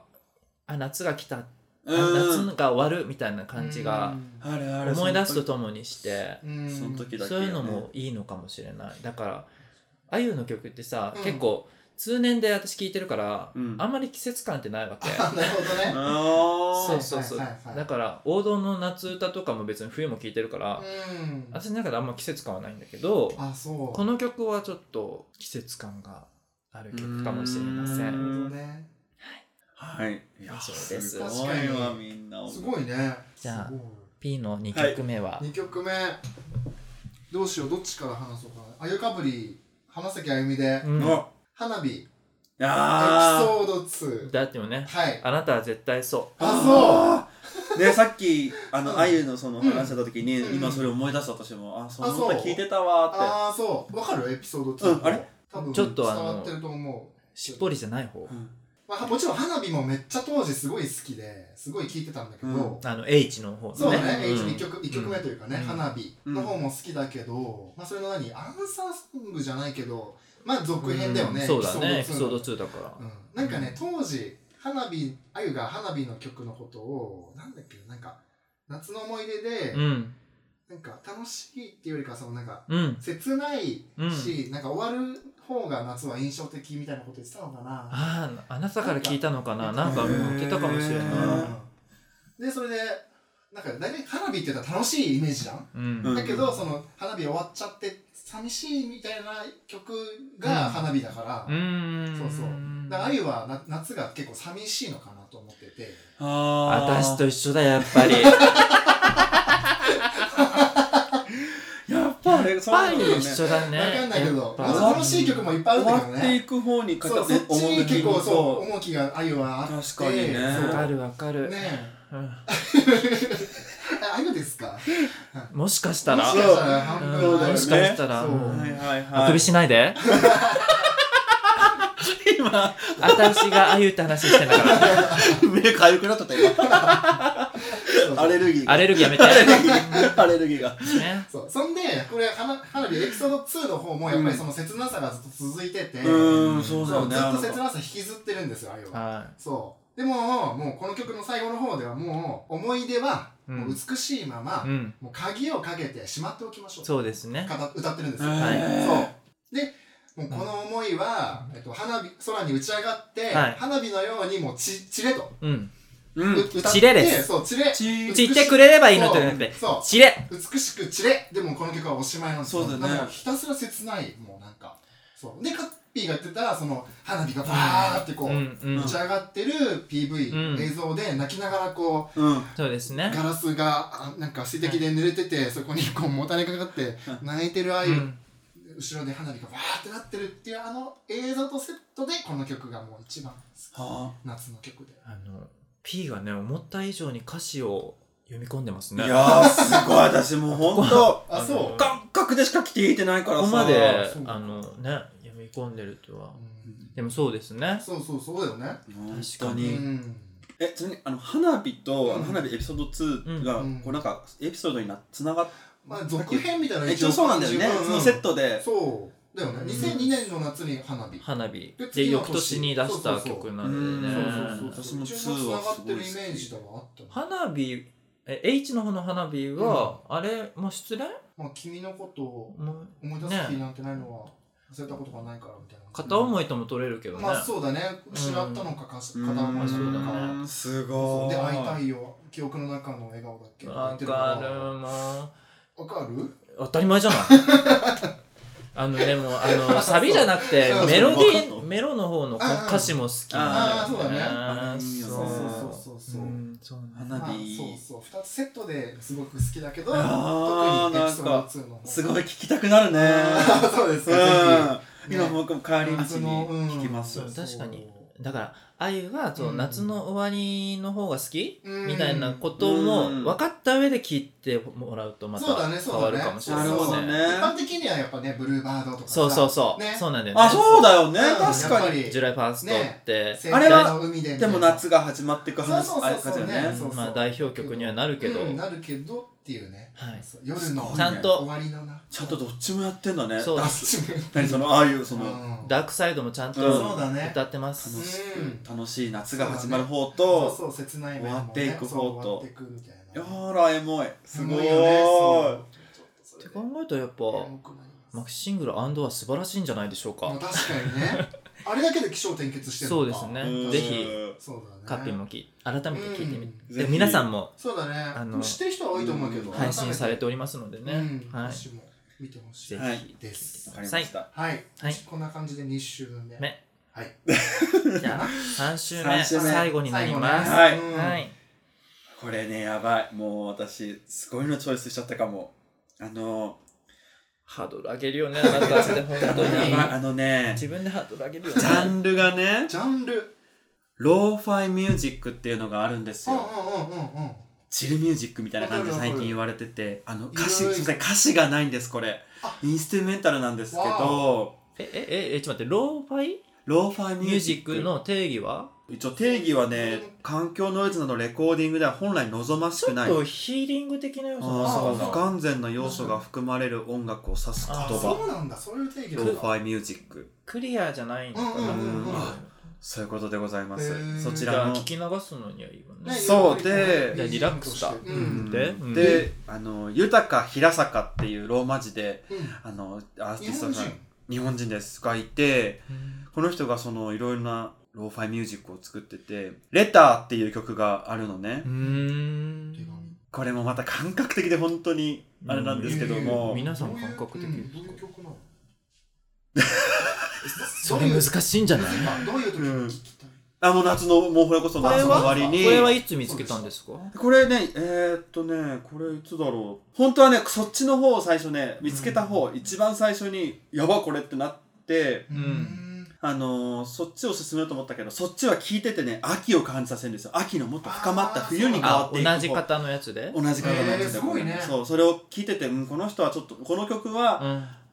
Speaker 2: あ夏が来た、あ
Speaker 1: うん
Speaker 2: 夏が終わるみたいな感じが
Speaker 1: あるある
Speaker 2: 思い出すとともにして、
Speaker 3: うん
Speaker 1: その時だけ
Speaker 2: そういうのもいいのかもしれないだからあゆの曲ってさ、
Speaker 3: うん
Speaker 2: 結構通年で私聴いてるから、
Speaker 1: うん
Speaker 2: あんまり季節感ってないわ け
Speaker 3: あなるほどね
Speaker 1: あ
Speaker 2: そうそうそう、
Speaker 3: はいはいはい
Speaker 2: だから王道の夏歌とかも別に冬も聴いてるから、
Speaker 3: うん
Speaker 2: 私の中であんま季節感はないんだけど、
Speaker 3: あそう
Speaker 2: この曲はちょっと季節感がある曲かもしれませ
Speaker 1: うー
Speaker 3: なる
Speaker 2: ん
Speaker 3: ほどね
Speaker 1: あはいいや
Speaker 2: 以上です
Speaker 1: すごいわみんな
Speaker 3: すごいね
Speaker 2: じゃあ
Speaker 3: すごい
Speaker 2: P の2曲目は、
Speaker 3: 二曲目どうしようどっちから話そうかなあゆかぶり浜崎あゆみで
Speaker 2: うん
Speaker 1: あ
Speaker 3: 花火エピソ
Speaker 1: あー
Speaker 3: ード2
Speaker 2: だってもね
Speaker 3: はい
Speaker 2: あなたは絶対そ
Speaker 3: あ
Speaker 1: そうねさっきあ
Speaker 3: う
Speaker 1: の
Speaker 3: ん
Speaker 1: あゆのその話した時に、
Speaker 3: うん
Speaker 1: 今それ思い出した私もあそ
Speaker 3: あ
Speaker 1: の
Speaker 3: そう
Speaker 1: 歌聞いてたわーって
Speaker 3: ああそうわかるエピソード2、
Speaker 1: うんあれ
Speaker 3: 多分
Speaker 2: ちょっとあの
Speaker 3: 伝わってると思う
Speaker 2: うしっぽりじゃない方、
Speaker 1: うん
Speaker 3: まあ、もちろん花火もめっちゃ当時すごい好きですごい聴いてたんだけど、
Speaker 1: うん
Speaker 2: あの H の方のね
Speaker 3: そうだね、
Speaker 2: ん
Speaker 3: H1 曲一曲目というかね、
Speaker 2: うん
Speaker 3: 花火の方も好きだけど、まあ、それの何アンサーソングじゃないけどまあ続編だよね、
Speaker 2: うんそうだねエピソード
Speaker 3: 2
Speaker 2: 2だから、
Speaker 3: うん、なんかね当時花火あゆが花火の曲のことをなんだっけなんか夏の思い出で、
Speaker 2: うん
Speaker 3: なんか楽しいっていうよりかそのなんか
Speaker 2: うん
Speaker 3: 切ない
Speaker 2: うん
Speaker 3: し、なんか終わる方が夏は印象的みたいなこと言ってたのかな。
Speaker 2: あああなたから聞いたのかな
Speaker 3: な
Speaker 2: なんん
Speaker 3: か
Speaker 2: か言ってたかもしれ
Speaker 1: へ
Speaker 2: ない
Speaker 1: ー
Speaker 3: うんでそれでなんか大体花火って言ったら楽しいイメージじゃん、
Speaker 2: うん
Speaker 1: うん
Speaker 3: だけどその花火終わっちゃって寂しいみたいな曲が花火だから、
Speaker 2: うーん
Speaker 3: そうそうだからあゆはな夏が結構寂しいのかなと思ってて
Speaker 1: あー
Speaker 2: 私と一緒だやっぱり
Speaker 1: やっぱあれそう
Speaker 2: パ
Speaker 1: なん
Speaker 2: イ
Speaker 1: だよね
Speaker 2: 一緒だね
Speaker 3: わかんないけ
Speaker 2: やっ
Speaker 3: ど
Speaker 2: ぱ
Speaker 3: まあ楽しい曲もいっぱいある
Speaker 1: 終
Speaker 3: んだけ
Speaker 1: わ
Speaker 3: ど
Speaker 1: ってい
Speaker 3: ね
Speaker 1: く方に
Speaker 3: そうそっちに結構そう
Speaker 1: う
Speaker 3: 重きがあゆはあって
Speaker 1: 確かにね
Speaker 2: わか
Speaker 3: そ
Speaker 2: るわか
Speaker 3: う
Speaker 2: る、
Speaker 3: ね
Speaker 2: うん
Speaker 3: えあゆで すか
Speaker 2: もしかしたら
Speaker 3: もしかしたら半
Speaker 2: う
Speaker 3: 分
Speaker 2: ん
Speaker 3: ぐらい
Speaker 2: もしかしたら、
Speaker 3: そう
Speaker 2: うん
Speaker 1: はいはいはい
Speaker 2: あくびしないで
Speaker 1: 今
Speaker 2: 私があゆって話してんだから
Speaker 1: 目かゆくなっちゃった今
Speaker 3: そう
Speaker 1: アレルギーが
Speaker 2: アレルギーやめて、
Speaker 1: アレルギーが
Speaker 2: ね、
Speaker 3: そうそんでこれ花花火エピソード2の方もやっぱりその切なさがずっと続いてて、
Speaker 1: うーんそうだ
Speaker 3: そ
Speaker 1: よ
Speaker 3: う
Speaker 1: ね
Speaker 3: ずっ
Speaker 1: あ
Speaker 3: と
Speaker 1: の
Speaker 3: 切なさ引きずってるんですよあゆは
Speaker 2: は
Speaker 3: そうでももうこの曲の最後の方ではもう思い出は
Speaker 2: うん
Speaker 3: もう美しいまま、
Speaker 2: い、うん、
Speaker 3: もう鍵をかけてしまっておきましょう
Speaker 2: そうですね
Speaker 3: かた歌ってるんですよ、
Speaker 2: はい
Speaker 3: そうでもうこの思いは、えっと、花火空に打ち上がって、
Speaker 2: はい
Speaker 3: 花火のようにもうち散れと、
Speaker 2: うん
Speaker 1: う
Speaker 3: うん歌って
Speaker 2: 散れです
Speaker 3: そう散れ
Speaker 1: ち
Speaker 2: 散ってくれればいいのとじゃなくて
Speaker 3: そう
Speaker 2: 散れ
Speaker 3: 美しく散れでもこの曲はおしまいなんです
Speaker 1: そうだね
Speaker 3: もひたすら切ないもうなんかそうでカッピーがやってたその花火がバーってこう、
Speaker 2: うんうん
Speaker 3: 打ち上がってる PV、
Speaker 2: うん
Speaker 3: 映像で泣きながらこ
Speaker 1: うん
Speaker 2: そうです
Speaker 3: う
Speaker 2: ね
Speaker 3: ガラスがあなんか水滴で濡れてて、そこにこうもたれかかって泣いてるあゆ、
Speaker 2: うん
Speaker 3: 後ろで花火がバーってなってるっていうあの映像とセットでこの曲がもう一番
Speaker 1: は
Speaker 3: 夏の曲で
Speaker 2: あの P がね思った以上に歌詞を読み込んでます
Speaker 1: あ
Speaker 2: ね
Speaker 1: いやーすごい私もうほんと
Speaker 3: あそう
Speaker 1: 感覚でしか聞いてないから
Speaker 2: こ
Speaker 1: さ
Speaker 2: こまで
Speaker 3: そう
Speaker 2: あのね読み込んでるとは
Speaker 3: うん
Speaker 2: でもそうですね
Speaker 3: そうそうそうだよね
Speaker 1: 本
Speaker 2: 確
Speaker 1: 当
Speaker 2: か
Speaker 3: う
Speaker 2: に
Speaker 1: に
Speaker 3: ん
Speaker 1: えちなみにあの花火と、あ
Speaker 3: うん
Speaker 1: の花火エピソード2が、
Speaker 3: うん
Speaker 1: こうなんかエピソードになつながっ
Speaker 3: まあ続編みたいな
Speaker 1: え一応そうなんだよね、
Speaker 3: 一応
Speaker 1: そのセットで
Speaker 3: そうだよね2002年の夏に花火
Speaker 2: 花火
Speaker 3: で
Speaker 2: で
Speaker 3: 次の
Speaker 2: 翌
Speaker 3: 年
Speaker 2: 年に出し
Speaker 3: そう
Speaker 2: た
Speaker 3: そうそう
Speaker 2: 曲なのでね
Speaker 3: そうそうそう
Speaker 1: 私も
Speaker 3: 一応
Speaker 1: 2は
Speaker 3: 繋が
Speaker 1: す
Speaker 3: っ
Speaker 1: ご
Speaker 3: て
Speaker 1: い
Speaker 3: る
Speaker 1: 好き
Speaker 3: イメージだわあったな
Speaker 2: 花火え H の方の花火は、あれもう失恋
Speaker 3: まあ君のことを
Speaker 2: もう
Speaker 3: 思い出す気なんてないのは忘れたことがないからみたいな
Speaker 2: 片思いとも取れるけどね、
Speaker 3: まあそうだね失ったのかか片思いな
Speaker 2: まあそうだ
Speaker 3: のか
Speaker 2: ね
Speaker 1: うーんす
Speaker 3: そ
Speaker 1: ご
Speaker 3: う
Speaker 1: い
Speaker 3: で会いたいよ記憶の中の笑顔だっけ
Speaker 2: わかるもう
Speaker 3: わかる
Speaker 2: 当たり前じゃ ないあのでもあのサビじゃなくて
Speaker 3: そう
Speaker 2: メロ
Speaker 1: そう
Speaker 2: ディ
Speaker 1: そう
Speaker 2: メロの方の
Speaker 3: うんうん
Speaker 2: 歌詞も好きなんだ
Speaker 1: あーそうだ
Speaker 2: よね
Speaker 1: ね
Speaker 2: あー
Speaker 1: あーいいよね
Speaker 3: そうそうそう
Speaker 2: そ
Speaker 3: そうう
Speaker 2: うんそうなんだ
Speaker 1: 花
Speaker 3: まあ
Speaker 1: 火、
Speaker 3: そうそう2つセットですごく好きだけど特
Speaker 1: あー
Speaker 3: にエピソード2の方
Speaker 1: すごい聞きたくなる ね
Speaker 3: あー そうです
Speaker 1: う
Speaker 3: かぜ
Speaker 1: ん
Speaker 3: ね
Speaker 1: 今僕も帰り道に聞きます、
Speaker 2: うん
Speaker 3: ひ
Speaker 2: 確かに
Speaker 3: そう
Speaker 2: だからあゆはそうの
Speaker 3: ん
Speaker 2: 夏の終わりの方が好き
Speaker 3: うん
Speaker 2: みたいなことも
Speaker 1: うん
Speaker 2: 分かった上で聞いてもらうとまた
Speaker 3: そうだね
Speaker 2: 変
Speaker 3: そうだ
Speaker 2: わ
Speaker 3: ね
Speaker 2: るかもしれ
Speaker 1: な
Speaker 2: ない
Speaker 1: る
Speaker 2: で
Speaker 1: ほ
Speaker 2: す
Speaker 1: ど
Speaker 2: ね
Speaker 1: ね
Speaker 3: 一般的にはやっぱねブルーバードとかさ
Speaker 2: そうそうそう
Speaker 3: ね
Speaker 2: そうなんだよ
Speaker 1: あ
Speaker 2: ね
Speaker 1: そうだよね、
Speaker 3: うん
Speaker 1: 確
Speaker 3: やっ
Speaker 1: か
Speaker 3: ぱ
Speaker 1: に
Speaker 3: り
Speaker 2: ジュライファーストって
Speaker 3: 青
Speaker 1: あ
Speaker 3: 春
Speaker 1: れは
Speaker 3: の海でみた
Speaker 1: で
Speaker 3: いな
Speaker 1: も夏が始まっていく話
Speaker 3: そうそうそうそう
Speaker 1: あれ感じだよね
Speaker 3: そうそう
Speaker 2: まあ代表曲にはなるけど
Speaker 3: うんなるけどっていうね
Speaker 2: はい
Speaker 3: そう夜の
Speaker 1: ちゃ
Speaker 2: んと
Speaker 3: 終わりのな
Speaker 1: ちゃんとどっちもやってんだね
Speaker 2: そう
Speaker 1: だ 何そのああいうその、
Speaker 3: うん
Speaker 2: ダークサイドもちゃんと
Speaker 1: うん
Speaker 3: そうだね
Speaker 2: 歌ってます
Speaker 1: 楽しく、
Speaker 3: うん
Speaker 1: 楽しい夏が始まる方
Speaker 3: そ
Speaker 1: と、
Speaker 3: うそう切ない面
Speaker 1: 終わ
Speaker 3: もね
Speaker 1: っていく方と
Speaker 3: そう終わっていくみたい
Speaker 1: や
Speaker 3: な
Speaker 1: ーらエモいすごい
Speaker 3: よねそう
Speaker 2: って考えたらやっぱ
Speaker 3: 重くなります
Speaker 2: マキシングルは素晴らしいんじゃないでしょうか、
Speaker 3: まあ確かにねあれだけで気象転結してるの
Speaker 2: そう
Speaker 3: か
Speaker 2: ですね
Speaker 1: うん
Speaker 2: ぜひ
Speaker 3: そうだね
Speaker 2: カッピーもき改めて聞いてみて、
Speaker 1: うん
Speaker 2: で
Speaker 1: ぜひ
Speaker 2: 皆さんも
Speaker 3: そうだね
Speaker 2: あの
Speaker 3: でも知ってる人は多いと思うけど
Speaker 1: うん
Speaker 2: 配信され
Speaker 3: て
Speaker 2: ておりますのでね、
Speaker 3: うん
Speaker 2: はい
Speaker 3: 私も見てほしい
Speaker 2: ぜ
Speaker 1: はい
Speaker 2: ひ、
Speaker 3: です
Speaker 1: わかりました
Speaker 3: はい
Speaker 2: はい
Speaker 3: こんな感じで2週目
Speaker 2: 目
Speaker 3: はい
Speaker 2: じゃあ3週目
Speaker 1: 三週目
Speaker 2: 最後になります、
Speaker 1: 最後ね
Speaker 3: うん
Speaker 2: はい
Speaker 1: これねやばいもう私すごいのチョイスしちゃったかもあの
Speaker 2: ハードル上げるよねあなた って本当
Speaker 1: やばい
Speaker 2: に
Speaker 1: あのね
Speaker 2: 自分でハードル上げるよね
Speaker 1: ジャンルがね
Speaker 3: ジャンル
Speaker 1: ローファイミュージックっていうのがあるんです
Speaker 3: うんうん
Speaker 1: よ、
Speaker 3: うんうんうん
Speaker 1: チルミュージックみたいな感じで
Speaker 3: わか
Speaker 1: 最
Speaker 3: るわか
Speaker 1: 近
Speaker 3: る
Speaker 1: 言われててあの歌詞す
Speaker 3: い
Speaker 1: い
Speaker 3: ろい
Speaker 1: ま
Speaker 3: ろ
Speaker 1: せん歌詞がないんですこれ
Speaker 3: あ
Speaker 1: インストゥルメンタルなんですけ
Speaker 3: わ
Speaker 1: ど
Speaker 2: ええええちょっと待ってローファイ
Speaker 1: ローファイミ
Speaker 2: ミ
Speaker 1: ュ
Speaker 2: ュー
Speaker 1: ー
Speaker 2: ジ
Speaker 1: ジ
Speaker 2: ッ
Speaker 1: ック
Speaker 2: クの定義は
Speaker 1: 一応定義はね環境ノイズなどレコーディングでは本来望まし
Speaker 2: ちょ
Speaker 1: く
Speaker 2: っ
Speaker 1: ない
Speaker 2: とヒーリング的な要素
Speaker 3: あー
Speaker 1: あ
Speaker 3: そ
Speaker 1: あ
Speaker 3: う
Speaker 1: 不
Speaker 3: だ
Speaker 1: 完全な要素が含まれる音楽を指す言
Speaker 2: あー
Speaker 3: そ
Speaker 1: 葉
Speaker 3: うなんだそういう定義
Speaker 1: ロ
Speaker 3: な
Speaker 1: ー
Speaker 3: ん
Speaker 1: フ
Speaker 3: だ
Speaker 1: ァイミュージック
Speaker 2: クリアじゃないのかな、
Speaker 3: うん
Speaker 1: うんうんうん
Speaker 2: あ
Speaker 1: そういうことでございま
Speaker 3: へ
Speaker 1: す
Speaker 3: ー
Speaker 1: そち
Speaker 2: じゃ
Speaker 1: ら
Speaker 2: あ
Speaker 1: の
Speaker 2: 聞き流すのにはいいわね
Speaker 3: ね
Speaker 1: そうで
Speaker 2: じゃあリラックスだ
Speaker 3: うん
Speaker 1: うん
Speaker 2: で
Speaker 1: で,、
Speaker 2: うん
Speaker 1: あの豊か平坂っていうローマ字で
Speaker 3: うん
Speaker 1: あのアーテ
Speaker 3: 日
Speaker 1: ィス
Speaker 3: 本
Speaker 1: トさ
Speaker 3: 人
Speaker 1: ん日本人ですがいて
Speaker 2: うん
Speaker 1: この人がそのいろいろなローファイミュージックを作ってて「レター」っていう曲があるのね
Speaker 2: うーん
Speaker 3: 手紙
Speaker 1: これもまた感覚的で本当にあれなんですけども、
Speaker 2: うん皆さんも感覚的
Speaker 3: どういう,、うん、どういう曲なの
Speaker 2: それ難しいんじゃない
Speaker 3: 今どういう時に聞きたい、
Speaker 1: あもう夏のもうこれこそ夏の終わりに
Speaker 2: これはいつ見つけたんですか
Speaker 1: これねえー、っとねこれいつだろう本当はねそっちの方を最初ね見つけた方、一番最初にやばこれってなって、
Speaker 2: ん
Speaker 1: あのーそっちを進めようと思ったけどそっちは聞いててね秋を感じさせるんですよ秋のもっと深まった
Speaker 3: あー
Speaker 1: 冬に変わ
Speaker 2: あ
Speaker 1: っていく
Speaker 2: 同じ方のやつで
Speaker 1: 同じ方のやつで
Speaker 3: えーすごいね
Speaker 1: そうそれを聞いてて、うん、この人はちょっとこの曲は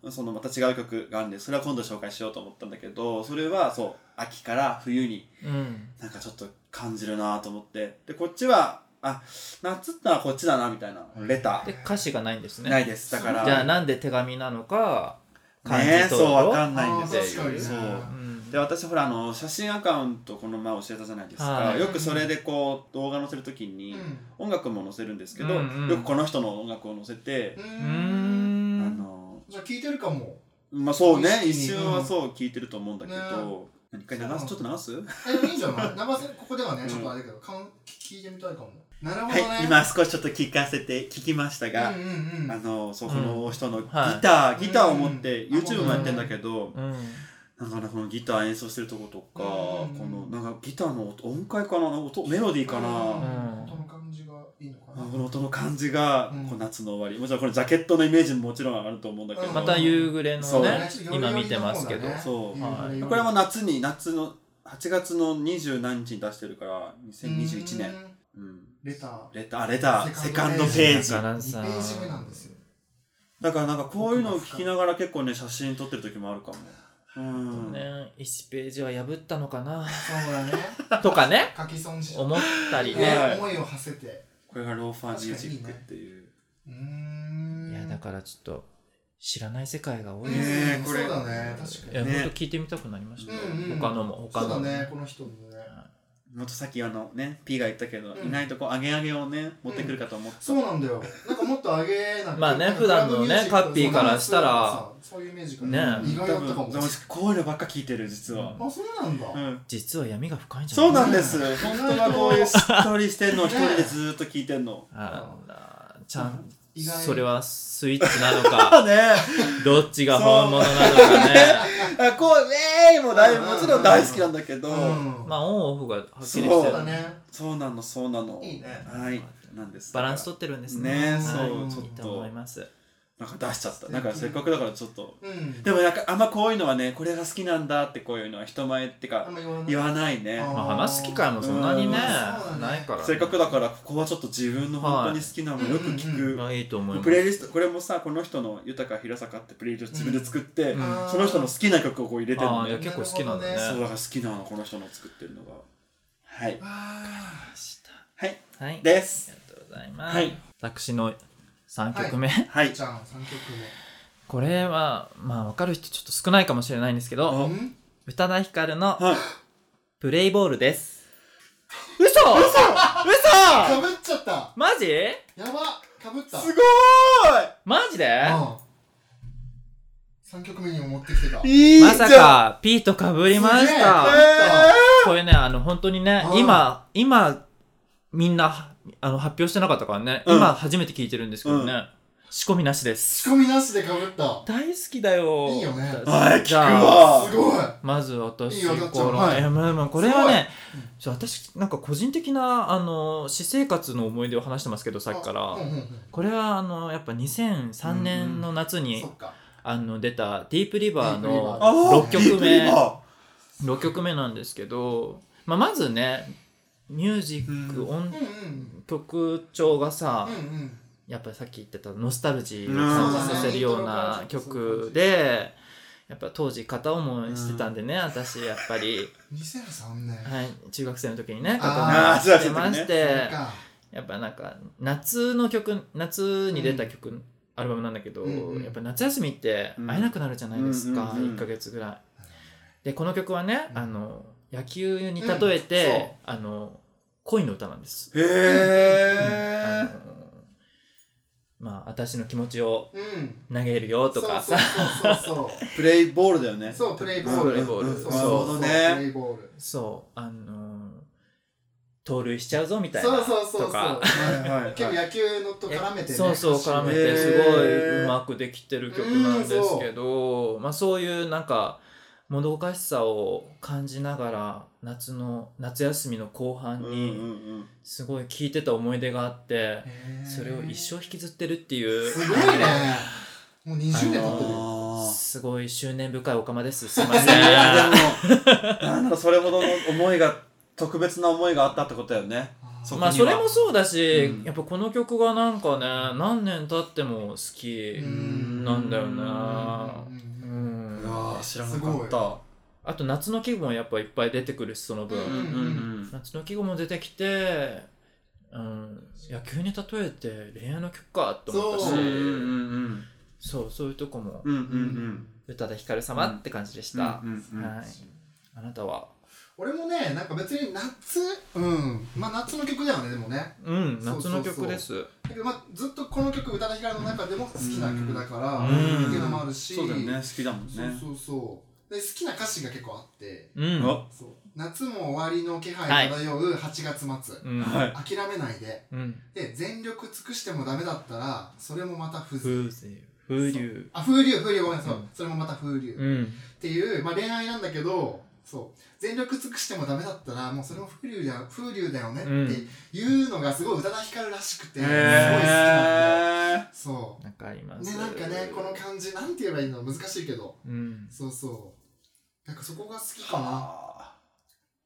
Speaker 2: うん
Speaker 1: そのまた違う曲があるんでそれは今度紹介しようと思ったんだけどそれはそう秋から冬に
Speaker 2: うん
Speaker 1: なんかちょっと感じるなと思ってでこっちはあ夏ってのはこっちだなみたいなレタ
Speaker 2: で歌詞がないんです
Speaker 1: ーない
Speaker 2: ね
Speaker 1: ですだから
Speaker 2: じゃあなんで手紙なのか感
Speaker 1: ね
Speaker 2: じと
Speaker 1: そうわかん
Speaker 3: あ
Speaker 1: ないん
Speaker 3: ー
Speaker 1: ですよ
Speaker 3: 確かにね
Speaker 1: そう
Speaker 2: うん
Speaker 1: で私ほらあの写真アカウントこの前教えたじゃないですか、
Speaker 2: はい
Speaker 1: よくそれでこう動画載せるときに
Speaker 3: う
Speaker 1: 音楽も載せるんですけど、
Speaker 2: うんうん
Speaker 1: よくこの人の音楽を載せて、
Speaker 3: んう
Speaker 2: うー
Speaker 3: ん
Speaker 1: あ
Speaker 2: ん
Speaker 1: の
Speaker 3: じゃあ聞いてるかも
Speaker 1: まあそうね
Speaker 3: 意
Speaker 1: 一
Speaker 3: 識に
Speaker 1: 瞬はそう聞いてると思うんだけど
Speaker 3: ね、
Speaker 1: 何回流すちょっと流す
Speaker 3: えでもいいんじゃない長瀬ここではねちょっとあれだけど、かん聞いてみたいかもなるほど
Speaker 1: は
Speaker 3: ね、
Speaker 1: い、今少しちょっと聞かせて聞きましたが、
Speaker 3: うんうんう
Speaker 1: あ
Speaker 3: ん
Speaker 1: のそう
Speaker 2: うん
Speaker 1: この人のギタ
Speaker 2: はい
Speaker 1: ー、ギターを持って、
Speaker 3: うん
Speaker 1: YouTube もやってんだけど、
Speaker 2: うん
Speaker 1: なんかねこのギター演奏してるとことか、
Speaker 3: うん
Speaker 1: このなんかギターの音音階かな音メロディーかな、
Speaker 2: うん
Speaker 3: 音の感じがいいのか
Speaker 1: あ
Speaker 3: な
Speaker 1: この音の感じが、
Speaker 3: うん
Speaker 1: こう夏の終わりもちろんこれジャケットのイメージももちろんあると思うんだけど、
Speaker 3: うん
Speaker 2: また夕暮れ
Speaker 1: そ
Speaker 2: の
Speaker 1: う
Speaker 2: ね
Speaker 3: ちょっと夜
Speaker 2: 今
Speaker 3: 寄
Speaker 2: 見
Speaker 3: り
Speaker 2: て
Speaker 3: の
Speaker 2: ま
Speaker 3: 方
Speaker 2: すけど
Speaker 3: だね
Speaker 1: そう
Speaker 2: はい
Speaker 1: これはもう夏に夏の8月の二十何日に出してるから2021年、
Speaker 3: うん
Speaker 1: うん
Speaker 3: レター
Speaker 1: レターあレターセ
Speaker 3: セ
Speaker 1: カ
Speaker 3: カ
Speaker 1: ン
Speaker 3: ン
Speaker 1: ド
Speaker 3: ド
Speaker 1: ペ
Speaker 3: ペ
Speaker 1: ー
Speaker 3: ー
Speaker 1: ジ
Speaker 2: だから
Speaker 3: 2
Speaker 2: さ
Speaker 3: ページ目なんですよ
Speaker 1: だからなんかこういうのを聞きながら結構ね写真撮ってる時もあるかもうん、
Speaker 2: ね1ページは破ったのかな
Speaker 3: そうだね
Speaker 2: とかね
Speaker 3: 書き損じ
Speaker 2: 思ったりね
Speaker 1: はい
Speaker 3: ね思いを馳せて
Speaker 1: これがローファーミュージックっていう
Speaker 3: うーん
Speaker 2: いやだからちょっと知らない世界が多い
Speaker 3: うん
Speaker 2: ですね
Speaker 1: ねえこれ
Speaker 3: そうだね確
Speaker 2: い
Speaker 3: か
Speaker 2: や
Speaker 3: に
Speaker 2: 本
Speaker 1: ね
Speaker 2: 当聞いてみたくなりましたよ
Speaker 3: うんうん
Speaker 2: 他のも
Speaker 3: そ
Speaker 2: 他の
Speaker 3: うだ
Speaker 2: も
Speaker 3: ねこの人もね
Speaker 1: もっとさっきあのね P が言ったけど、
Speaker 3: うん
Speaker 1: いないとこうアゲアゲをね持ってくるかと思ってた、
Speaker 3: そうなんだよなんかもっと上げなんか
Speaker 2: まあね
Speaker 3: なんか
Speaker 2: 普段のね
Speaker 3: クラブミュージックとか
Speaker 2: カッピーからしたら
Speaker 3: さそういうイメージから
Speaker 2: ね
Speaker 3: 意外だっ
Speaker 1: 多
Speaker 3: たかも
Speaker 1: 分私こういうのばっか聞いてる実は、
Speaker 3: あそうなんだ
Speaker 1: うん
Speaker 2: 実は闇が深いんじゃない
Speaker 1: そうなんです本当はこういうしっとりしてんのを一
Speaker 3: ね
Speaker 1: 人でずーっと聞いてんの
Speaker 2: あらちゃん
Speaker 3: 意外
Speaker 2: それはスイッチなの か
Speaker 1: あね
Speaker 2: どっちが本物なのかね
Speaker 1: あこう「えーい!」もだいぶもちろん大好きなんだけど、
Speaker 3: うん
Speaker 2: まあオンオフがはっきりしてる
Speaker 3: そう
Speaker 1: そう
Speaker 3: だね
Speaker 1: そうなのそうなの
Speaker 3: いいね
Speaker 1: はいなんです
Speaker 2: バランス取ってるんです
Speaker 1: ね
Speaker 2: ね
Speaker 1: そう
Speaker 2: はい
Speaker 1: ちょっと
Speaker 2: いいと思います
Speaker 1: なんか出しちゃったなんかせっかくだからちょっと
Speaker 3: うん
Speaker 1: でもなんかあんまこういうのはねこれが好きなんだってこういうのは人前って
Speaker 3: あ
Speaker 1: か
Speaker 3: んま言わない
Speaker 1: 言わないね
Speaker 3: あ
Speaker 2: まあ話す機会もそんなに
Speaker 1: うん
Speaker 2: ね
Speaker 3: そうだね
Speaker 2: ないからね
Speaker 1: せっかくだからここはちょっと自分の本当に好きなのよく聞く、
Speaker 2: まあいいと思います
Speaker 1: プレイリストこれもさこの人の豊か平坂ってプレイリスト自分で作って、
Speaker 2: うん
Speaker 1: その人の好きな曲をこう入れてるの
Speaker 2: ああじゃあ
Speaker 1: ね
Speaker 2: 結構好きなんだね
Speaker 3: な
Speaker 1: そう
Speaker 2: わ
Speaker 1: だ
Speaker 2: か
Speaker 1: から好きなのこの人の作ってるのがはい
Speaker 3: あ
Speaker 2: りました
Speaker 1: はい
Speaker 2: はいあり
Speaker 1: です
Speaker 2: がとうございます
Speaker 1: はい
Speaker 2: 私の3曲目
Speaker 1: は
Speaker 3: ー
Speaker 1: い
Speaker 3: じゃあ3曲
Speaker 2: これはまあ分かる人ちょっと少ないかもしれないんですけど
Speaker 3: 目うん
Speaker 2: 宇多田ヒカルの
Speaker 1: はい
Speaker 2: 「プレイボール」です嘘嘘嘘
Speaker 3: かぶっちゃった
Speaker 2: マジ
Speaker 3: やばかぶった
Speaker 1: す
Speaker 3: う
Speaker 1: ご
Speaker 2: マジで
Speaker 3: ん3曲目にも持ってきてた
Speaker 1: ーいいじゃ
Speaker 2: ま
Speaker 1: ん
Speaker 2: さかピートかぶりまし
Speaker 1: え
Speaker 2: た
Speaker 3: す
Speaker 2: これねあの本当にね
Speaker 3: うん
Speaker 2: 今今みんなあの発表してなかったからね
Speaker 1: うん
Speaker 2: 今初めて聞いてるんですけどね仕込みなしで
Speaker 3: 仕
Speaker 2: す
Speaker 3: 込みなしでかぶった
Speaker 2: 大好きだよ
Speaker 3: いいよね
Speaker 1: はい
Speaker 2: じゃ
Speaker 1: 聞
Speaker 2: あ
Speaker 1: くわ
Speaker 3: すごい
Speaker 2: まず私
Speaker 3: いいよだっちゃん
Speaker 2: この、
Speaker 3: はい
Speaker 2: いやまあまあこれはねちょ私なんか個人的なあの私生活の思い出を話してますけどさっきから、
Speaker 3: あうんうんうん
Speaker 2: これはあのやっぱ2003年の夏に、
Speaker 3: そっか
Speaker 2: あの出た「ディープリバー
Speaker 3: ディープリバ
Speaker 2: の
Speaker 3: ー
Speaker 1: あー
Speaker 2: 六曲目
Speaker 1: いいねあ
Speaker 2: 6曲目なんですけど、まあ、まずねミュージック、
Speaker 1: う
Speaker 2: 音
Speaker 3: うんうん
Speaker 2: 曲調がさ、
Speaker 3: うんうん
Speaker 2: やっぱりさっき言ってたノスタルジーを感じさせるような曲で。やっぱ当時片思いしてたんでね、私やっぱり、
Speaker 3: 2003年
Speaker 2: はい、中学生の時にね
Speaker 3: あ
Speaker 2: 片
Speaker 1: ー
Speaker 2: 思いしてま
Speaker 1: 中学
Speaker 2: し
Speaker 1: 生
Speaker 2: て、
Speaker 3: そっか
Speaker 2: やっぱなんか夏の曲夏に出た曲、アルバムなんだけど、
Speaker 3: うんうん
Speaker 2: やっぱ夏休みって
Speaker 1: うん
Speaker 2: 会えなくなるじゃないですか、
Speaker 1: うんうんうん
Speaker 2: 1か月ぐらい。でこの曲はね、あの野球に例え
Speaker 3: うんそ
Speaker 2: て、あの恋の歌なんです。
Speaker 1: へ
Speaker 2: あの
Speaker 1: え
Speaker 2: まあ私の気持ちを
Speaker 3: うん
Speaker 2: 投げるよとか
Speaker 3: そう
Speaker 2: さ
Speaker 3: そうそう そう
Speaker 1: プレイボールだよね
Speaker 3: そうプレイボール
Speaker 2: プレイボール
Speaker 3: そう
Speaker 1: なるほ
Speaker 3: そう
Speaker 1: ど
Speaker 3: そう
Speaker 1: ね
Speaker 3: プレイボール
Speaker 2: そうあの盗塁しちゃうぞみたいな
Speaker 3: そうそうそうそう
Speaker 2: とか
Speaker 1: はいはいはい
Speaker 3: 結構野球のと絡めてね
Speaker 2: そうそう絡め
Speaker 1: へ
Speaker 2: て
Speaker 1: ー
Speaker 2: すごいうまくできてる曲なんですけど、まあ、そういうなんかもどかしさを感じながら夏の夏休みの後半
Speaker 1: うんう
Speaker 2: に
Speaker 1: んうん
Speaker 2: すごい聴いてた思い出があって、
Speaker 3: へー
Speaker 2: それを一生引きずってるっていう
Speaker 3: すごいねもう20年経ってるよ
Speaker 1: あ
Speaker 2: すごい執念深いおかまですすいま
Speaker 1: ー
Speaker 2: せん
Speaker 1: いやでもなんだろうそれほどの思いが特別な思いがあったってことだよねそこには
Speaker 2: まあそれもそうだし、
Speaker 1: うん
Speaker 2: やっぱこの曲がなんかね何年経っても好き
Speaker 3: うん
Speaker 2: なんだよね
Speaker 3: うん
Speaker 2: う
Speaker 1: うんわー知らな
Speaker 3: すご
Speaker 1: か
Speaker 3: い
Speaker 1: った
Speaker 2: あと夏の季語もやっぱいっぱい出てくるしその分、
Speaker 3: う
Speaker 1: うん
Speaker 3: ん
Speaker 1: うん
Speaker 2: 夏の季語も出てきて、うん、野球に例えて恋愛の曲かと思ったし
Speaker 3: そ
Speaker 1: うん
Speaker 3: う
Speaker 1: うん
Speaker 2: そう
Speaker 1: うん
Speaker 2: そういうとこも
Speaker 1: うんうんうん
Speaker 2: 宇多田ヒカル様って感じでした、
Speaker 1: うんうんうん
Speaker 2: はい、あなたは
Speaker 3: 俺もねなんか別に夏うんまあ夏の曲だよねでもね
Speaker 2: うん
Speaker 3: そ
Speaker 2: 夏
Speaker 3: うそうそう
Speaker 2: の曲です
Speaker 3: だけど、まあ、ずっとこの曲宇多田ヒカルの中でも好きな曲だから
Speaker 1: う
Speaker 2: うん
Speaker 3: っていうのもあるし
Speaker 1: そうだよね好きだもん
Speaker 3: そう
Speaker 1: ね
Speaker 3: そうそうで好きな歌詞が結構あって
Speaker 2: うん
Speaker 1: あ
Speaker 3: そう夏も終わりの気配漂う8月末、
Speaker 2: うん
Speaker 1: はい
Speaker 3: 諦めないで
Speaker 2: うん
Speaker 3: で全力尽くしてもダメだったらそれもまた風
Speaker 2: 風流風流
Speaker 3: あ風流風流ごめんそう、
Speaker 2: うん
Speaker 3: それもまた風流、
Speaker 2: う
Speaker 3: っ
Speaker 2: ん
Speaker 3: ていう、まあ、恋愛なんだけどそう全力尽くしてもダメだったらもうそれも風流だよ風流だよねっ
Speaker 2: うん
Speaker 3: ていうのがすごい宇多田ヒカルらしくて、
Speaker 1: へ
Speaker 3: すごい好きなんだよ
Speaker 1: え
Speaker 3: そ
Speaker 2: なんかありま
Speaker 3: う
Speaker 2: す
Speaker 3: ねなんかねこの感じなんて言えばいいの難しいけど
Speaker 2: うん
Speaker 3: そうそうなんかそこが好きかな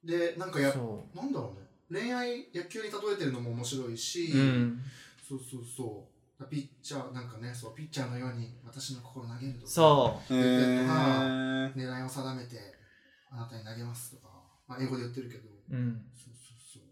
Speaker 3: でなんかや
Speaker 2: そ
Speaker 3: なんだろうね恋愛野球に例えてるのも面白いし、
Speaker 2: ううん
Speaker 3: そうそうそうピッチャーなんかねそうピッチャーのように私の心投げるとか
Speaker 2: そ
Speaker 1: へー
Speaker 3: 狙いを定めてあなたに投げますとか、まあ、英語で言ってるけど
Speaker 2: ううん
Speaker 3: そうそうそう、